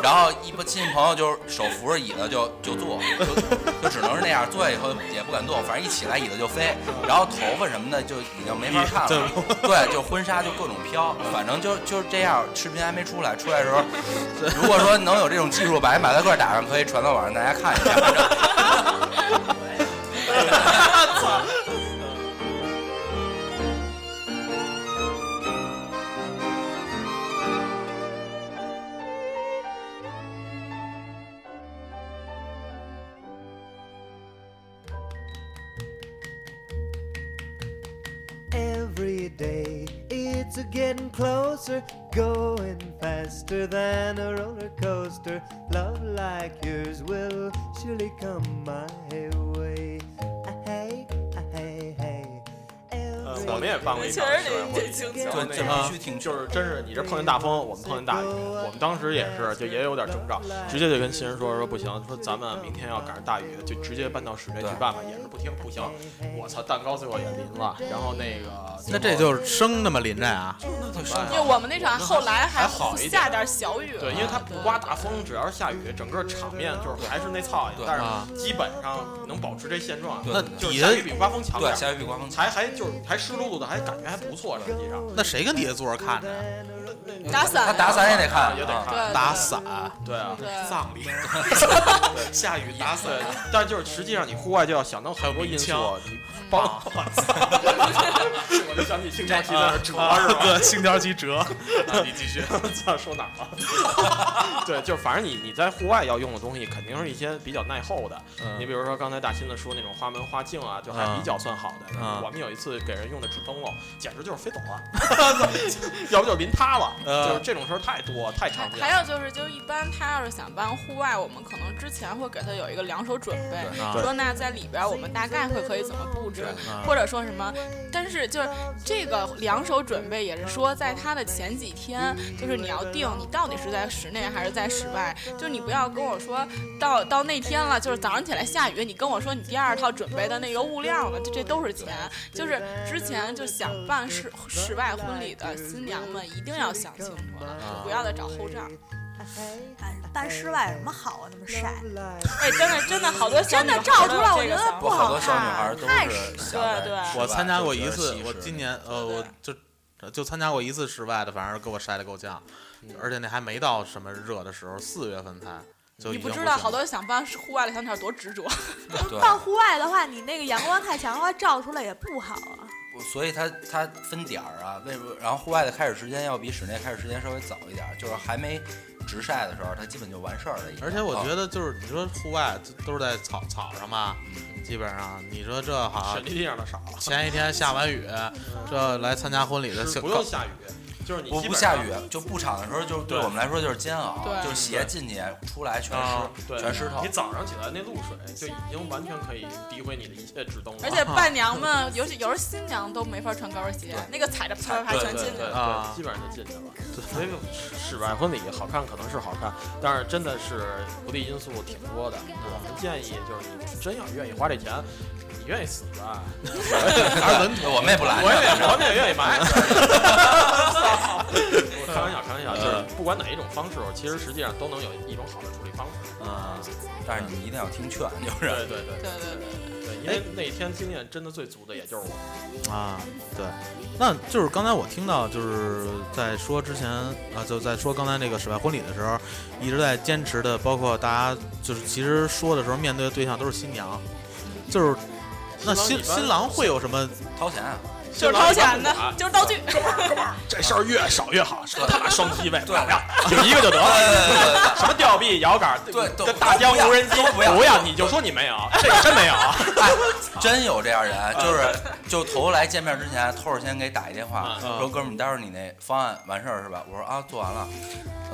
然后一帮亲戚朋友就是手扶着椅子就就坐，就就只能是那样。坐下以后也不敢动，反正一起来椅子就飞，嗯然后头发什么的就已经没法看了。对，就婚纱就各种飘，反正就就是这样。视频还没出来，出来的时 *laughs* 候，如果说能有这种技术，把一马赛克打上，可以传到网上大家看一下。反正 day. It's a getting closer, going faster than a roller coaster. Love like yours will surely come my way. Ah, hey, ah, hey, hey. 呃， Every 我们也办过一确场实是吧得得听听。对，这必须挺就是真是你这碰见大风，我们碰见大雨。我们当时也是，就也有点征兆，直接就跟新人说说不行，说咱们明天要赶上大雨，就直接搬到室内去办吧。也是不听，不行，我操，蛋糕最后也淋了。然后那个，那这就是生那么临着啊？因为我们那场后来还好一点下点小雨了，对，因为它不刮大风，只要是下雨，整个场面就是还是那操性，但啊是基本上能保持这现状。对那对就是底下下雨比刮风强对，点儿，下雨比刮风强。还还就是还湿漉漉的，还感觉还不错，实际上。那谁跟底下坐着看着呀？打伞他打伞也得看，也得看啊对打伞，对啊，对 *laughs* 葬礼，下雨打伞，但就是实际上你户外就要想到很多啊因素，你帮我操， *laughs* 我就想起清朝 *laughs* 旗在啊那儿折是 *laughs* 吧？对，青条旗折，你继续，操，说哪儿了？ *laughs* 对，就反正你你在户外要用的东西，肯定是一些比较耐候的。你比如说刚才大新子说那种花门花镜啊，就还比较算好的。嗯嗯我们有一次给人用的纸灯笼，简直就是飞走了， *laughs* 要不就淋塌了。嗯就是这种事儿太多太常还见了。还有就是，就是一般他要是想办户外，我们可能之前会给他有一个两手准备，对说那在里边我们大概会可以怎么布置，啊或者说什么。但是就是这个两手准备，也是说在他的前几天，就是你要定你到底是在室内还是在室外，就是你不要跟我说到到那天了，就是早上起来下雨，你跟我说你第二套准备的那个物料呢，这这都是钱。就是之前就想办室室外婚礼的新娘们一定要想清楚了，就不要再找后账。办室外有什么好啊？那么晒，哎，真的真的好多小真女孩的儿照出来，都我有这觉得个想法不好多小女孩都太是想对对在室外我参加过一次就觉得稀，释我今年呃，我就就参加过一次室外的，反正给我晒得够呛，而且那还没到什么热的时候，四月份才就你已不经知道行好了多想办户外的小女孩儿多执着。对办户外的话，你那个阳光太强的话，照出来也不好啊。所以它它分点儿啊，为什么？然后户外的开始时间要比室内开始时间稍微早一点儿，就是还没直晒的时候，它基本就完事儿了已经。而且我啊觉得就是你说户外就都是在草草上吧，基本上你说这好选，地上的少，前一天下完雨，这来参加婚礼的是兴不用下雨，就是你不基不本下上雨就布场的时候，就是对对我们来说就是煎熬，对就是鞋进去出来全啊湿，对，全湿透你。早上起来那露水就已经完全可以诋毁你的一切指动了。而且伴娘们，尤其有时候新娘都没法穿高跟鞋，那个踩着啪啪啪对全对进去对了。啊对，基本上就进去了。所以室外婚礼好看可能是好看，但是真的是不利因素挺多的。我们建议就是你真要愿意花这钱，你愿意死吧， *laughs* 还是轮我们也不拦我着，也我们也愿意买。我开玩笑，开玩笑，就是不管哪一种方式，其实实际上都能有一种好的处理方式。啊，但是你们一定要听劝，就是对对对对对对，对，因为那天经验真的最足的也就是我。啊，对，那就是刚才我听到就是在说之前啊，就在说刚才那个室外婚礼的时候，一直在坚持的，包括大家就是其实说的时候，面对的对象都是新娘，就是那新郎新一般新郎会有什么？掏钱啊。 *laughs* 就是掏钱的新郎一般不啊管，就是道具。这事儿越少越好，说他妈双机位，对漂亮，有一个就得了。对什么吊臂、摇杆、对都跟大都疆不要无人机都不要你就说你没有，这个真没有。哎， *laughs* 真有这样啊人，就是就头来见面之前，偷着先给打一电啊话，嗯说哥们儿，你待会儿你那方案完事儿是吧？我说啊，做完了，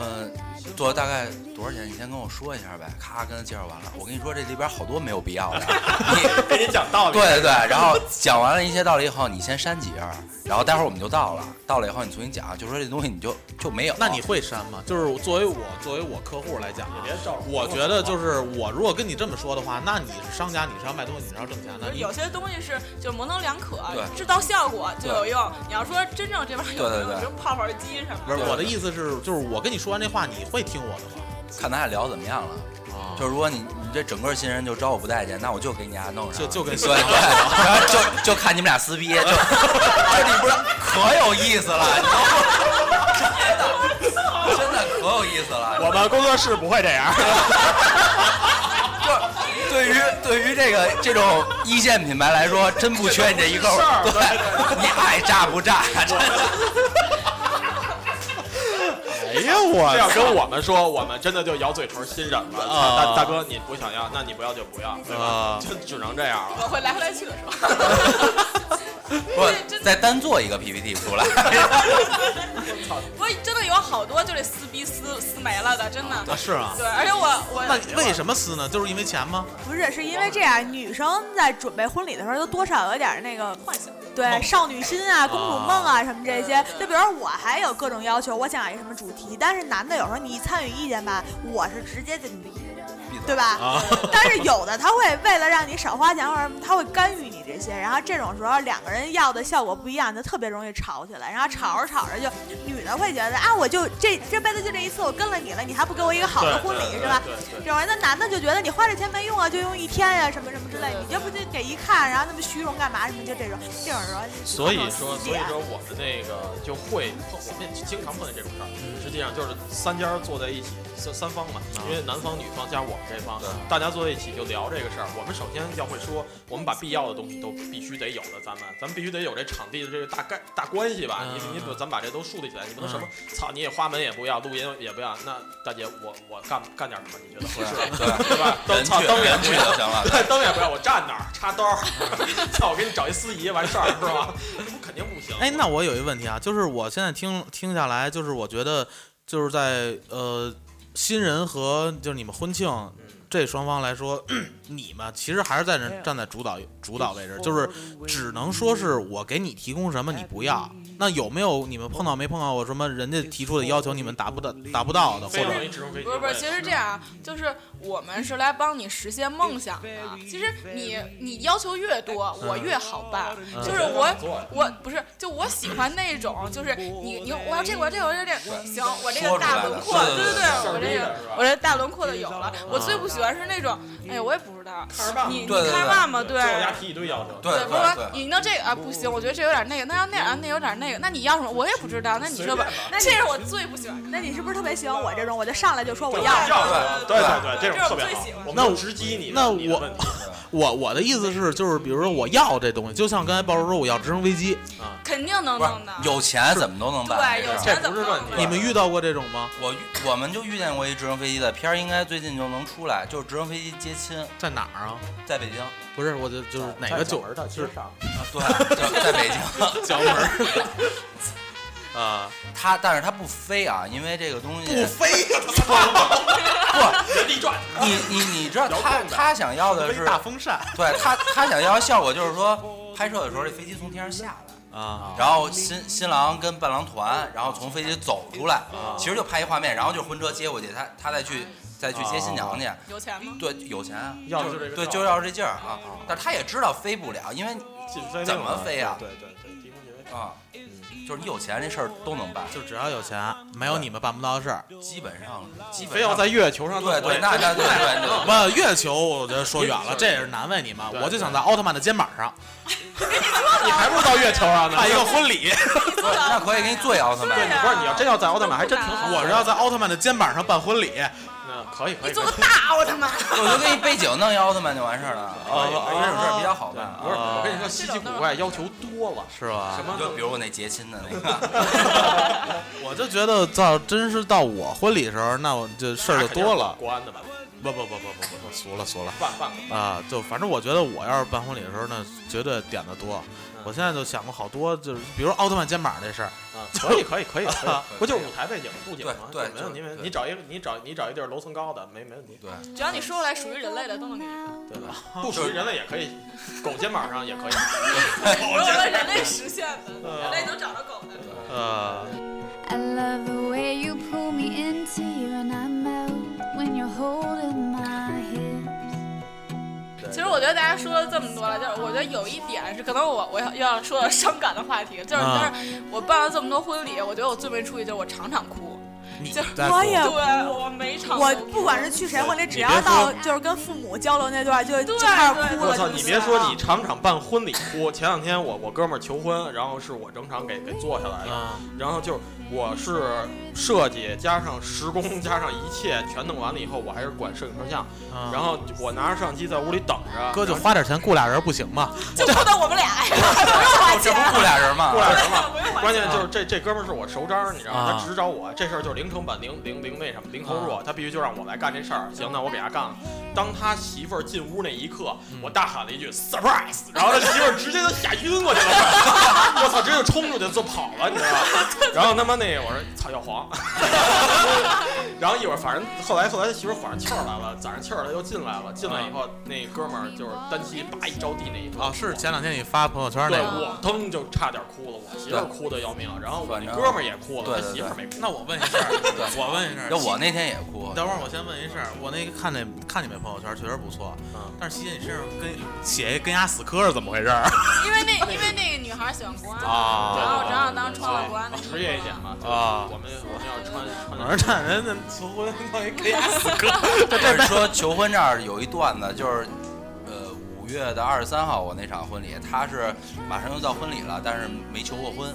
嗯、做大概多少钱？你先跟我说一下呗。咔，跟他介绍完了，我跟你说这里边好多没有必要的， *laughs* 你跟你讲道理，对对对，然后讲完了一些道理以后，你先删几页，然后待会儿我们就到了，到了以后你重新讲，就说这东西你就就没有。那你会删吗？就是作为我作为我客户来讲啊别照着，我觉得就是我如果跟你这么说的话，那你是商家，你是要卖东西，你是要挣钱的，你有些东西是就模棱两可对，制造效果就有用。你要说真正这玩意儿有对对没对有，什么泡泡机什么不的，是我的意思是，就是我跟你说完这话，你会听我的吗？看咱俩聊怎么样了？啊就是如果你你这整个新人就招我不待见，那我就给你家弄上，就就给你对对，然后就就看你们俩撕逼，就这你不是可有意思了，你知 *laughs* 道吗？真的 *laughs* 真的可有意思了。我们工作室不会这样。就对于对于这个这种一线品牌来说，真不缺你这一口，对，你爱炸不炸，真的。哎呀，我 *laughs* 这要跟我们说，我们真的就咬嘴唇心软了。嗯大大哥，你不想 *laughs* 要，那你不要就不要，对吧？啊就只能这样了。我会来回来去的说。不，再单做一个 PPT 出来。我真的有好多就这撕逼撕撕没了的，真的。是啊。对，而且我那我为什么撕呢？就是因为钱吗？不是，是因为这样，女生在准备婚礼的时候都多少有点那个幻想对少女心啊、公主梦啊什么这些。就比如说我还有各种要求，我想一个什么主题，但是男的有时候你一参与意见吧，我是直接就你对吧？ *laughs* 但是有的他会为了让你少花钱或者什么他会干预你这些，然后这种时候两个人要的效果不一样，就特别容易吵起来。然后吵着吵着就女的会觉得啊，我就这这辈子就这一次，我跟了你了，你还不给我一个好的婚礼是吧？这玩意儿，那男的就觉得你花这钱没用啊，就用一天呀、什么什么之类，你这不就给一看，然后那么虚荣干嘛什么就这种，这种时候就所以各种说，所撕裂以说我们那个就会碰，我们也经常碰见这种事儿。实际上就是三家坐在一起，三三方嘛，因为男方、女方加我们这方，大家坐在一起就聊这个事儿。我们首先要会说，我们把必要的东西都必须得有了，咱们咱们必须得有这场地的这个大概大关系吧。你你不咱把这都树立起来，你不能什么操，你也花门也不要，录音也不要。那大姐，我我干干点什么？你觉得合适？对吧？灯人去操灯也人不去要就。行了。对， *laughs* 灯也不要，我站那儿插兜儿，操，我给你找一司仪完事儿是吧？不肯定不行。哎，那我有一个问题啊，就是我现在听听下来，就是我觉得就是在呃新人和就是你们婚庆这双方来说，你们其实还是在人站在主导主导位置，就是只能说是我给你提供什么你不要。那有没有你们碰到没碰到过什么人家提出的要求你们达不到达不到的，或非常者容易直冲飞机。不是不是，其实这样啊，就是我们是来帮你实现梦想的。其实你你要求越多，我越好办。就是我我不是就我喜欢那种，就是你你我要这个我要这个我要这个，行，我这个说出来大的轮廓，是对对对，我这是个吧我这大轮廓的有了。我最不喜欢是那种，哎呀，我也不知道着办，吧你你对对看对吧嘛，对， *laughs* 对。我家提一堆要求。对不是说对你弄这个啊不行，我觉得这有点那个，那要那样啊那有点那个，那你要什么我也不知道，那你说吧，那 *laughs* 这你是我最不喜欢的。那你是不是特别喜欢我这种？我就上来就说我要要了，要对对，这种特别好这是我最喜欢。的我们就直击你的，那你的我问题我我的意思是就是比如说我要这东西，就像刚才豹叔说我要直升飞机，肯定能不是弄的。有钱怎么都能办对，这事有儿。钱怎不么是弄问题的你们遇到过这种吗？我遇我们就遇见过一直升飞机的片儿，应该最近就能出来，就是直升飞机接亲，在哪儿啊？在北京。不是，我就哦就是 *laughs* 哪个酒门的？其就是实上 *laughs* 对，就在北京。角门儿啊？它但是它不飞啊，因为这个东西飞呀！ *laughs* 原地 *laughs* 转，你你你知道他他想要的是，风扇对他他想要的效果就是说，拍摄的时候这飞机从天上下来，啊，然后新新郎跟伴郎团，然后从飞机走出来，其实就拍一画面，然后就婚车接过去，他他再去再去接新娘去。有钱吗？对，有钱啊，要的就是这个嗯对，照就要这劲儿啊！但是他也知道飞不了，因为进飞那种怎么飞啊对对对，低空起飞。啊，就是你有钱这事儿都能办，就只要有 *laughs* 钱，没有你们办不到的事儿。基本上基本非要上在月球上弄对我对，也那那对对对，不，月球我觉得说远了，这也是难为你们。对我就想在奥特曼的肩膀上你还不如到月球上 *laughs* 呢。办一个婚 *laughs* 礼。不是那可以给你做一奥特曼对，，你不是你要真要在奥特曼，还真挺好。我是要在奥特曼的肩膀上办婚礼。那可以可以。你做个大奥特曼，我就给你背景弄一奥特曼就完事儿了，啊这种事儿比较好哦对，办不是，啊。我跟你说，稀奇古怪要求多了，是吧什？么就都比如我那结亲的那个， *laughs* 我就觉得到真是到我婚礼的时候，那我这事儿就多了。国安的吧，不不不不不不不，俗了俗了办办个啊！就反正我觉得我要是办婚礼的时候呢，绝对点的多。我现在就想过好多，就是比如奥特曼肩膀这事儿，啊， *laughs* 可以可以可以，可以不就是舞台背景布景对吗？对就没问题，对没问题。对你找一个，你找你找一地儿楼层高的，没没问题，对，只要你说出来属于人类的都能给你。对 *laughs* 吧？不属于人类也可以，狗肩膀上也 *laughs* 可以。我说人类实现的，人类能找着狗的。呃， I love the way you pull me into you and I melt when you're holding my hips. 其实我觉得大家说了这么多了，就是我觉得有一点是可能我我要要说的伤感的话题，就是啊就是我办了这么多婚礼，我觉得我最没出息就是我常常哭，你就在我乎也 *laughs* 对我每场我都哭不管是去谁婚礼，只要别说到就是跟父母交流那段，就就对开始对哭我了。操！就你是啊别说，你场场办婚礼哭。前两啊嗯天我我哥们儿求婚，然后是我整场给给做下来的。然后就是我是设计加上施工加上一切全弄完了以后，我还是管摄影摄像，啊然后我拿着摄像机在屋里等嗯着。哥就花点钱雇俩人不行吗？就碰到我们俩，还不用花这 *laughs* 钱。不雇俩啊人吗？过来人不用嘛，花关键就是这这哥们儿是我熟招儿，你知道啊吗？他只找我，这事儿就是零成本、零零零那什么、零投入，他必须就让我来干这事儿。行，那我给他干了。当他媳妇儿进屋那一刻，嗯我大喊了一句 surprise，然后他媳妇儿直接就吓晕过去了，我操，直接就冲出去就跑了，你知道吗？然后他妈那个我说操小黄，然后一会儿反正后来后来他媳妇儿缓上气儿来了，攒上气儿他又进来了，进来以后那哥们儿就是单膝叭一着地那一刻啊，是前两天你发朋友圈那对个。我腾就差点哭了，我媳妇儿哭的要命，然后我那哥们儿也哭了，对对他媳妇儿没哭。那我问一下，我问一下，要我那天也哭，等会儿我先问一事儿，我那个看那看你们朋友圈确实不错，嗯但是西姐你身上跟血跟牙死磕是怎么回事儿？ *laughs* 因为那因为那个女孩喜欢国安，啊然后正好当穿了国安的衣服职业一点嘛，就是啊我们我们要穿穿。我说这人那求婚弄一跟牙死磕，就是说求婚这儿有一段子，就是呃五月的二十三号我那场婚礼，他是马上就到婚礼了，但是没求过婚，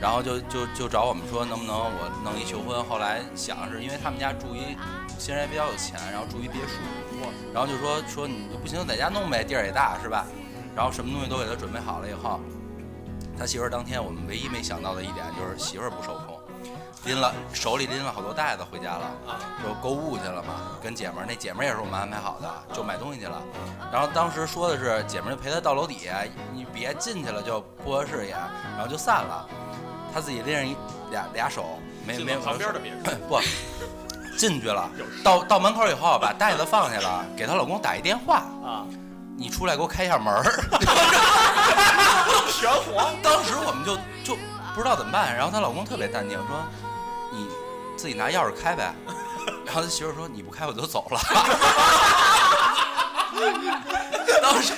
然后就就就找我们说能不能我弄一求婚，后来想是因为他们家住一新人也比较有钱，然后住一别墅，然后就说说你就不行就在家弄呗，地儿也大是吧？然后什么东西都给他准备好了以后，他媳妇儿当天我们唯一没想到的一点就是媳妇儿不受控。拎了手里拎了好多袋子回家了，啊就购物去了嘛，跟姐们儿，那姐们儿也是我们安排好的，就买东西去了。啊然后当时说的是姐们儿就陪她到楼底下，你别进去了，就不合适也，然后就散了。她自己拎着一俩俩手，没进没了有旁边的别墅， *laughs* 不进去了，到到门口以后把袋子放下了，给她老公打一电话啊，你出来给我开一下门儿。全黄。当时我们就就不知道怎么办，然后她老公特别淡定说：“你自己拿钥匙开呗。”然后她媳妇儿说：“你不开我就走了。”当时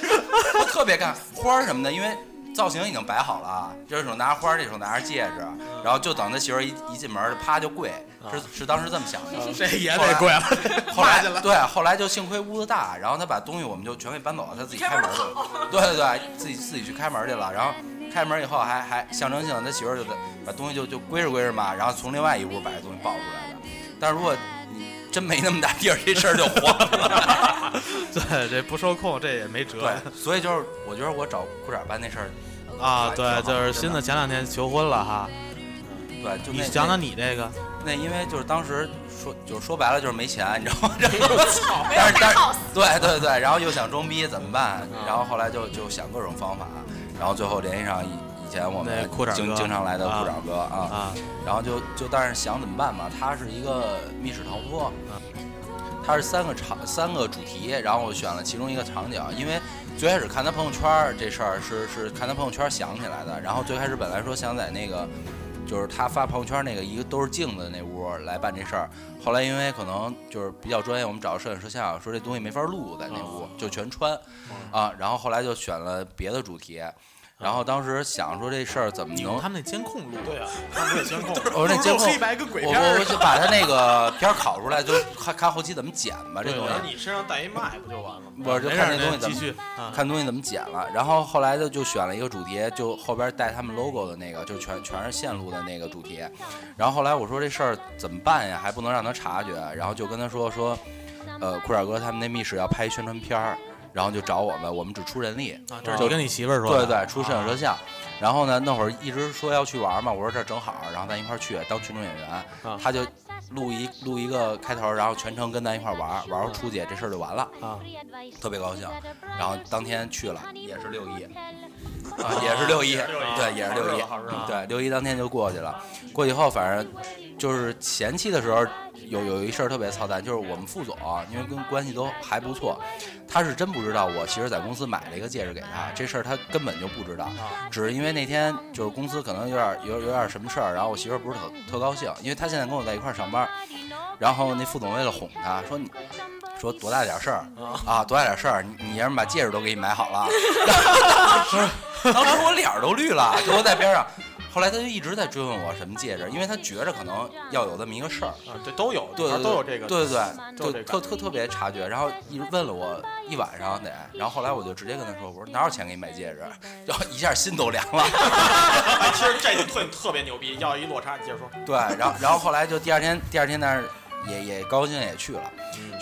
我特别干花儿什么的，因为造型已经摆好了啊，这手拿花儿，这手拿着戒指，然后就等她媳妇儿一一进门儿，啪就跪，是是当时这么想的。这也得跪了。后来对，后来就幸亏屋子大，然后他把东西我们就全给搬走了，他自己开门去了。对对对，自己自己去开门去了。然后开门以后还还象征性的，他媳妇儿就得把东西就就归置归置嘛，然后从另外一屋把这东西抱出来的。但是如果你真没那么大地儿，这事儿就黄了。 *laughs* 对，这不受控，这也没辙对，所以就是我觉得我找裤衩办那事儿啊。对对，就是新的前两天求婚了哈，对，就你那讲讲那你这个那因为就是当时说就是说白了就是没钱，你知道吗？但是但是对对对，然后又想装逼怎么办？然后后来就就想各种方法，然后最后联系上以以前我那们裤衩经哥经常来的啊裤衩哥啊，啊，然后就就但是想怎么办嘛？他是一个密室逃啊脱，他是三个场三个主题，然后我选了其中一个场景，因为最开始看他朋友圈儿这事儿是是看他朋友圈儿想起来的，然后最开始本来说想在那个。就是他发朋友圈那个一个都是镜子那屋来办这事儿。后来因为可能就是比较专业，我们找了摄影摄像，说这东西没法录在那屋，就全穿嗯啊。然后后来就选了别的主题，然后当时想说这事儿怎么你能用他们那监控录对啊，他们也 *laughs* 监控。我说那监控，黑白跟鬼我片我儿我似就的。把他那个片儿拷出来，就看看后期怎么剪吧，这对东然后西。你身上带一麦不就完了吗？我就没事看这儿，东西您怎继么续啊。看东西怎么剪了。然后后来的就选了一个主题，就后边带他们 logo 的那个，就全全是线路的那个主题。然后后来我说这事儿怎么办呀？还不能让他察觉，然后就跟他说说，呃，裤衩哥他们那密室要拍宣传片儿，然后就找我们，我们只出人力，啊，这是就你跟你媳妇儿说对的，啊对，出摄影摄像。然后呢，那会儿一直说要去玩嘛，我说这正好，然后咱一块儿去当群众演员。啊他就录一录一个开头，然后全程跟咱一块儿玩，玩出去这事儿就完了，啊，特别高兴。然后当天去了，也是六一，啊，也是六一，对，也是六一好日子好日子，对，六一当天就过去了。过去以后，反正就是前期的时候有有一事儿特别操蛋，就是我们副总啊、因为跟关系都还不错，他是真不知道我其实在公司买了一个戒指给他，这事儿他根本就不知道，只是因为那天就是公司可能有点有有点什么事儿，然后我媳妇儿不是特特高兴，因为她现在跟我在一块儿上班，然后那副总为了哄她说你。说多大点事儿啊，多大点事儿！你你爷们儿把戒指都给你买好了，当时当时我脸儿都绿了，就我在边上。后来他就一直在追问我什么戒指，因为他觉着可能要有这么一个事儿。啊，对，都有，对哪儿对都有这个，对对都对，就有这个特特特别察觉，然后一直问了我一晚上得，然后后来我就直接跟他说，我说哪有钱给你买戒指，然后一下心都凉了，哎，其实这特特别牛逼，要一落差，你接着说。对，然后然后后来就第二天第二天那儿也也高兴也去了，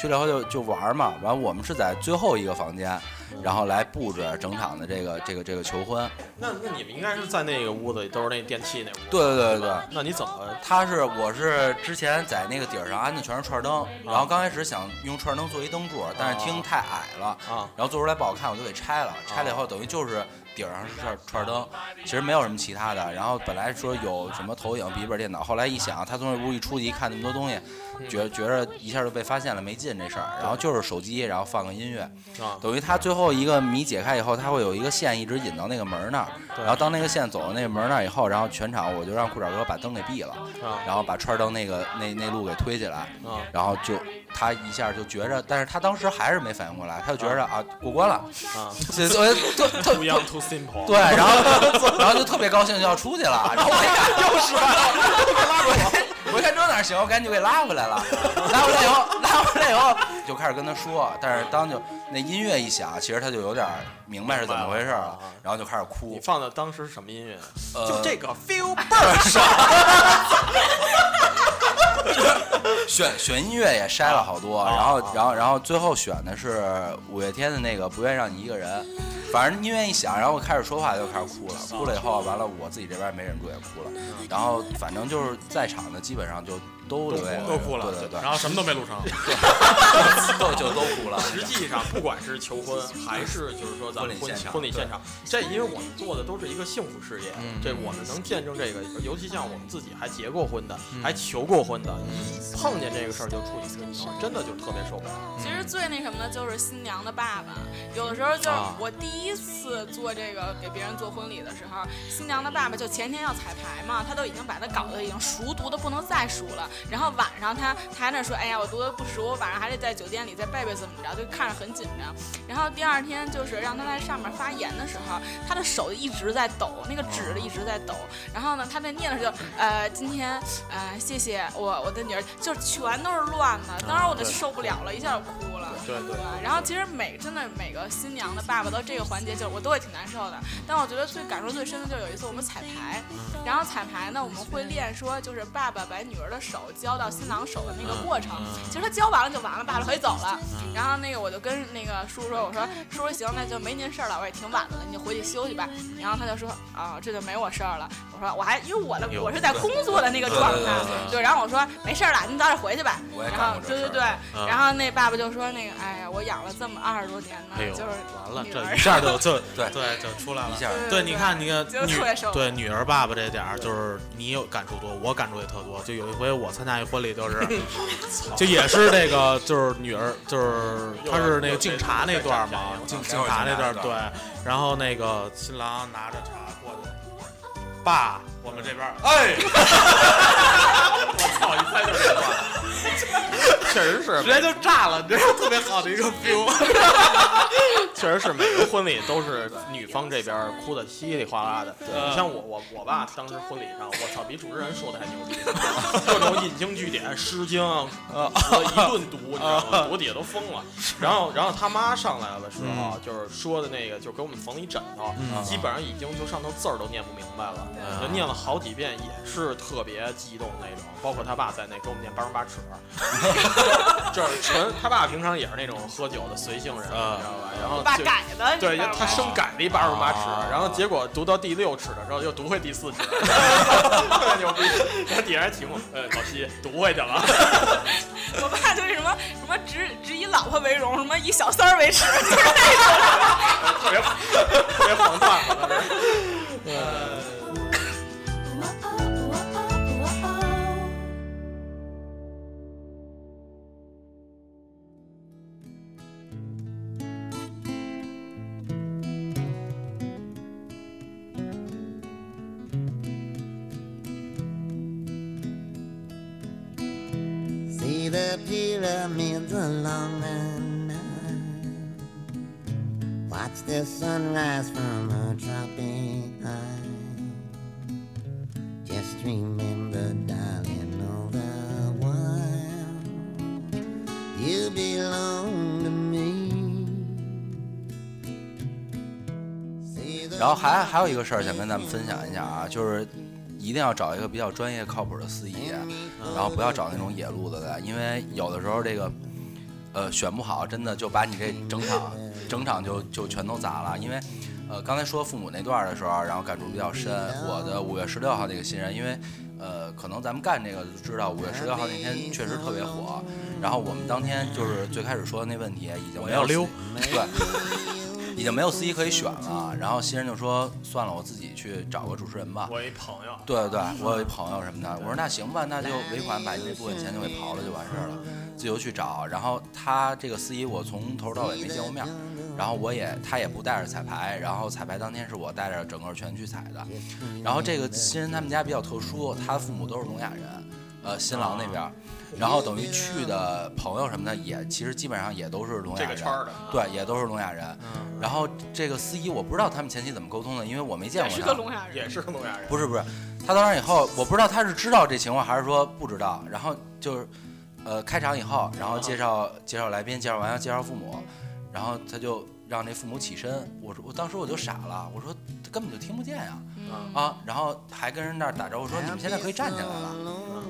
去了以后就就玩嘛，完我们是在最后一个房间，然后来布置整场的这个这个这个求婚，那那你们应该是在那个屋子里，都是那电器那屋。对对对对对。那你怎么？他是我是之前在那个顶儿上安的全是串灯，然后刚开始想用串灯做一灯柱，但是厅太矮了，啊然后做出来不好看，我就给拆了。拆了以后等于就是顶儿上是串串灯，其实没有什么其他的。然后本来说有什么投影、笔记本电脑，后来一想，他从这屋一出去一看那么多东西，觉觉着一下就被发现了，没劲这事儿。然后就是手机，然后放个音乐，啊等于他最后一个谜解开以后，他会有一个线一直引到那个门儿那儿，然后当那个线走到那个门儿那儿以后，然后全场我就让裤衩哥把灯给闭了，啊然后把串儿灯那个那那路给推起来，啊然后就他一下就觉着，但是他当时还是没反应过来，他就觉着啊过关了，啊所以所以特特！Too young, too simple。对，然后 *laughs* 然后就特别高兴就要出去 *laughs* 了，然后我一看又失败了，又被拉回来。我一看这哪行，我赶紧就给拉回来 *laughs* 了。拉回来以后，拉回来以后就开始跟他说，但是当就那音乐一响，其实他就有点明白是怎么回事了，嗯然后就开始你哭。放的当时是什么音乐？呃就这个 feel 倍倍儿儿爽。 *laughs* 选选音乐也筛了好啊多，然后然后然后最后选的是五月天的那个《不愿让你一个人》，反正音乐一响，然后我开始说话就开始哭了，哭了以后完了我自己这边也没忍住也哭了，嗯然后反正就是在场的基本上就都流泪都哭了，对对对，然后什么都没录成，都就都哭 *laughs* 了。实际上，不管是求婚还是就是说咱们婚婚礼现场婚礼现场，这因为我们做的都是一个幸福事业，这我们能见证这个，尤其像我们自己还结过婚的，还求过婚的，一碰见这个事儿就处理春秋，真的就特别受不了。其实最那什么的就是新娘的爸爸，有的时候就是啊我第一次做这个给别人做婚礼的时候，新娘的爸爸就前天要彩排嘛，他都已经把他搞得已经熟读的不能再熟了，然后晚上他他还那说，哎呀，我读的不熟，我晚上还得在酒店里再背背怎么着，就看着很紧张。然后第二天就是让他在上面发言的时候，他的手一直在抖，那个指一直在抖。然后呢，他在念的时候就，呃，今天呃，谢谢我我的女儿，就是全都是乱的。当时我就受不了了，一下就哭了。对对 *laughs* 对吧。然后其实每真的每个新娘的爸爸到这个环节，就我都会挺难受的。但我觉得最感受最深的就是有一次我们彩排，然后彩排呢，我们会练说就是爸爸把女儿的手交到新郎手的那个过程。其实他交完了就完了，爸爸可以走了。然后那个我就跟那个叔叔说，我说叔叔行，那就没您事儿了，我也挺晚的了，你就回去休息吧。然后他就说啊，这就没我事儿了。我说我还因为我的我是在工作的那个状态，对。然后我说没事儿了，你早点回去吧。我也然干后过这对事对儿对，嗯然后那爸爸就说那个哎呀，我养了这么二十多年呢哎，呦，就是完了，女这儿一下 *laughs* 就就对对就出来了一。下对对，你看，你看 *laughs* 就特女别受对女儿爸爸这点儿，就是你有感触多，我感触也特多。就有一回我参加一婚礼，就是 *laughs* 就也是这个，就是女儿，就是她是那个敬茶那段儿嘛，啊敬敬茶那段儿对。然后那个新郎拿着茶过去，爸，我们这边啊儿哎，操，一猜就是这话， *laughs* 确实是直接就炸了，这是特别好的一个 feel。确实是每个婚礼都是女方这边哭的稀里哗啦的。你像我我我爸当时婚礼上，我操，比主持人说的还牛逼，各种引经据典，《诗经》啊，我一顿读，你知道吗？我底下都疯了。然后然后他妈上来的时候，就是说的那个，就给我们缝一枕头，基本上已经就上头字儿都念不明白了，就念了好几遍，也是特别激动那种。包括他爸在内给我们念八十八尺，就是纯他爸平常也是那种喝酒的随性人，你知道吧？然后我爸就改的，对，你知道他吗生改了一八十八尺啊，然后结果读到第六尺的时候又读会第四 *laughs* 尺，特别牛逼。然后底下人提问，呃，老西读会去了，我爸就是什么什么只只以老婆为荣，什么以小三儿为 *laughs* 耻，就是那种。特 *laughs* 别特别黄段子当时。呃， See the pyramids along the Nile. Watch the sunrise from a tropic isle. Remember, darling, all the while you belong to me. 然后还还有一个事儿想跟咱们分享一下啊，就是一定要找一个比较专业靠谱的司仪，然后不要找那种野路子的，因为有的时候这个呃选不好，真的就把你这整场整场就就全都砸了，因为。呃，刚才说父母那段儿的时候，啊然后感触比较深。我的五月十六号那个新人，因为，呃，可能咱们干这个就知道，五月十六号那天确实特别火。然后我们当天就是最开始说的那问题，已经我没要有司溜 *laughs* 对，已经没有司机可以选了。然后新人就说：“算了，我自己去找个主持人吧。”我一朋友，对对对，我有一朋友什么的，我说那行吧，那就尾款把你那部分钱就给刨了就完事儿了，自由去找。然后他这个司仪，我从头到尾没见过面儿，然后我也他也不带着彩排，然后彩排当天是我带着整个全去彩的。然后这个新人他们家比较特殊，他父母都是聋哑人，呃，新郎那边儿。然后等于去的朋友什么的也，其实基本上也都是聋哑这人，个圈儿的对，也都是聋哑人。嗯然后这个司仪我不知道他们前期怎么沟通的，因为我没见过他。哑人，也是个聋哑人。不是不是，他当然以后，我不知道他是知道这情况还是说不知道。然后就是，呃，开场以后，然后介绍介绍来宾，介绍完要介绍父母，然后他就让那父母起身。我说我当时我就傻了，我说他根本就听不见呀、嗯啊，然后还跟人那儿打招呼说你们现在可以站起来了。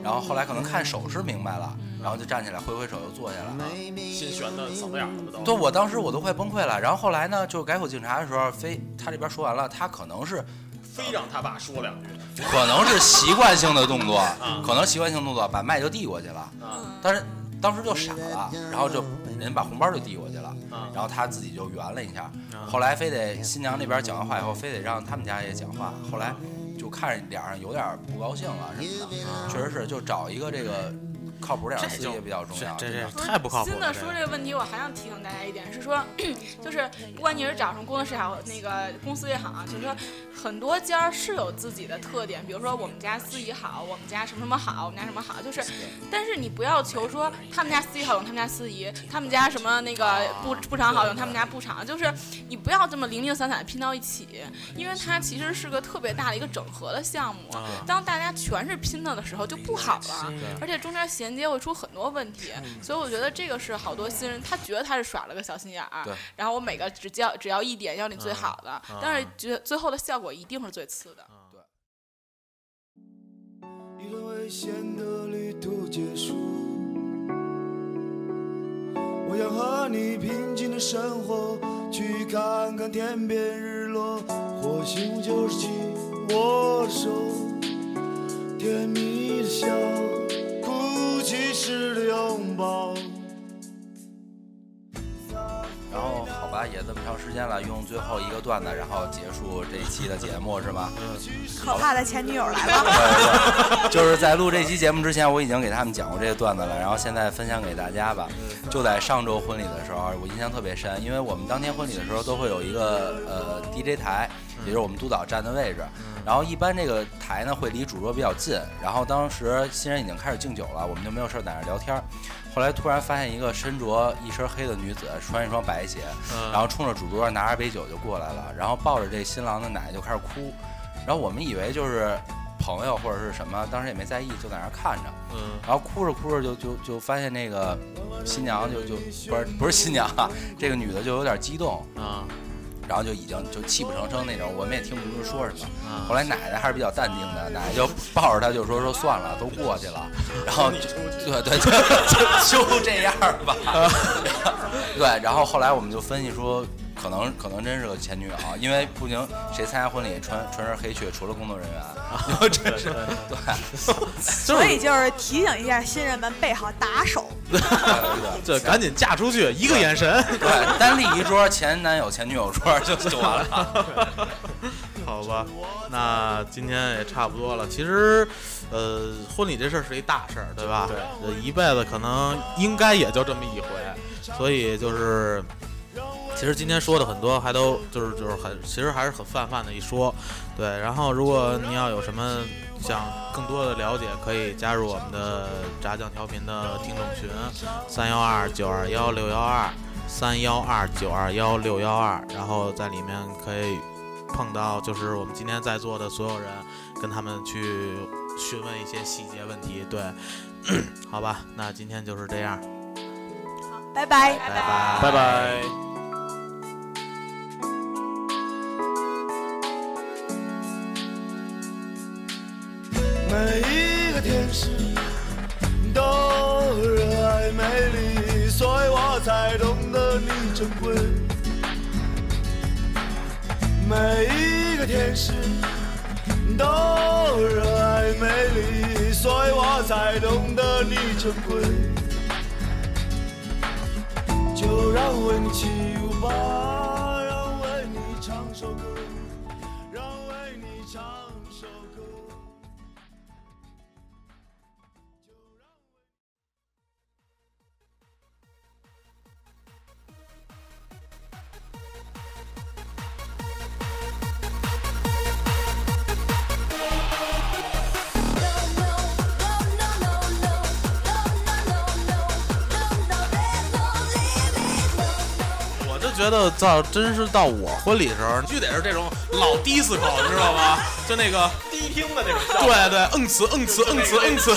然后后来可能看手势明白了，嗯然后就站起来挥挥手就坐下了。啊心悬的嗓子眼儿了都。对，我当时我都快崩溃了。然后后来呢，就是改口警察的时候，非他这边说完了，他可能是非让他爸说两句。可能是习惯性的动作，啊可能习惯性动作把麦就递过去了，啊但是当时就傻了，然后就人把红包就递过去了，啊然后他自己就圆了一下，后来非得新娘那边讲完话以后，非得让他们家也讲话，后来就看着脸上有点不高兴了什么啊的，确实是就找一个这个靠谱点儿的司仪比较重要，这这真的太不靠谱真了的。说这个问题，我还想提醒大家一点是说， *clears throat* 就是不管你是找上工作室也好，那个公司也好啊，就是说很多家儿是有自己的特点，比如说我们家司仪好，我们家什么什么好，我们家什么好，就是，但是你不要求说他们家司仪好用他们家司仪，他们家什么那个哦布布厂好用他们家布厂，就是你不要这么零零散散地拼到一起，因为它其实是个特别大的一个整合的项目。啊当大家全是拼了的时候，就不好啊了是的，而且中间衔接会出很多问题。嗯所以我觉得这个是好多新人，他觉得他是耍了个小心眼儿对，然后我每个只教只要一点要你最好的嗯嗯，嗯但是觉最后的效果一定是最次的。一段危险的旅途结束。我想和你平静的生活，去看看天边日落。或许就是紧握手，甜蜜的笑，哭泣时的拥抱。然后好吧，也这么长时间了，用最后一个段子，然后结束这一期的节目是吧？可怕的前女友来了。 *laughs* 就是在录这期节目之前，我已经给他们讲过这个段子了，然后现在分享给大家吧。就在上周婚礼的时候，我印象特别深，因为我们当天婚礼的时候都会有一个呃 DJ 台，也就是我们督导站的位置。然后一般这个台呢会离主桌比较近，然后当时新人已经开始敬酒了，我们就没有事儿在那儿聊天儿。后来突然发现一个身着一身黑的女子，穿一双白鞋，嗯然后冲着主桌拿着杯酒就过来了，然后抱着这新郎的奶就开始哭。然后我们以为就是朋友或者是什么，当时也没在意，就在那儿看着。嗯，然后哭着哭着就就就发现那个新娘就就不是不是新娘啊， *laughs* 这个女的就有点激动啊，然后就已经就泣不成声那种，我们也听不出说什么。啊后来奶奶还是比较淡定的，奶奶就抱着她就说说算了，都过去 *laughs* 了，然后就对对就就就这样吧。 *laughs* 对，然后后来我们就分析说，可能可能真是个前女友，因为不行，谁参加婚礼穿穿身黑去，除了工作人员，然后真是对，所以就是提醒一下新人们备好打手。这赶紧嫁出去，一个眼神。对，单立一桌，前男友、前女友桌就就完了。 *laughs* 好吧，那今天也差不多了。其实，呃，婚礼这事儿是一大事儿，对吧？对呃，一辈子可能应该也就这么一回，所以就是。其实今天说的很多，还都就是就是很，其实还是很泛泛的一说，对。然后如果你要有什么想更多的了解，可以加入我们的炸酱调频的听众群，三幺二九二幺六幺二三幺二九二幺六幺二，然后在里面可以碰到就是我们今天在座的所有人，跟他们去询问一些细节问题。对， *coughs* 好吧，那今天就是这样，拜拜，拜拜，拜拜。每一个天使都热爱美丽，所以我才懂得你珍贵。每一个天使都热爱美丽，所以我才懂得你珍贵。就让我为你起舞吧，让我为你唱首歌，让我为你唱首歌。我就觉得到真是到我婚礼的时候，必须得是这种老迪斯口，你知道吗？就那个低听的那种效果。对对，嗯词嗯词嗯词嗯词，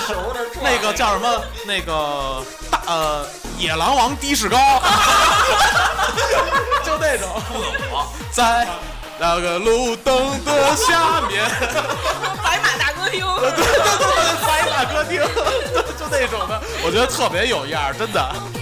那个叫什么？那个大呃野狼王的士高， *laughs* 就那种。在那个路灯的下面，白马大哥厅， *laughs* 对对对，白马歌厅，就那种的，我觉得特别有样儿，真的。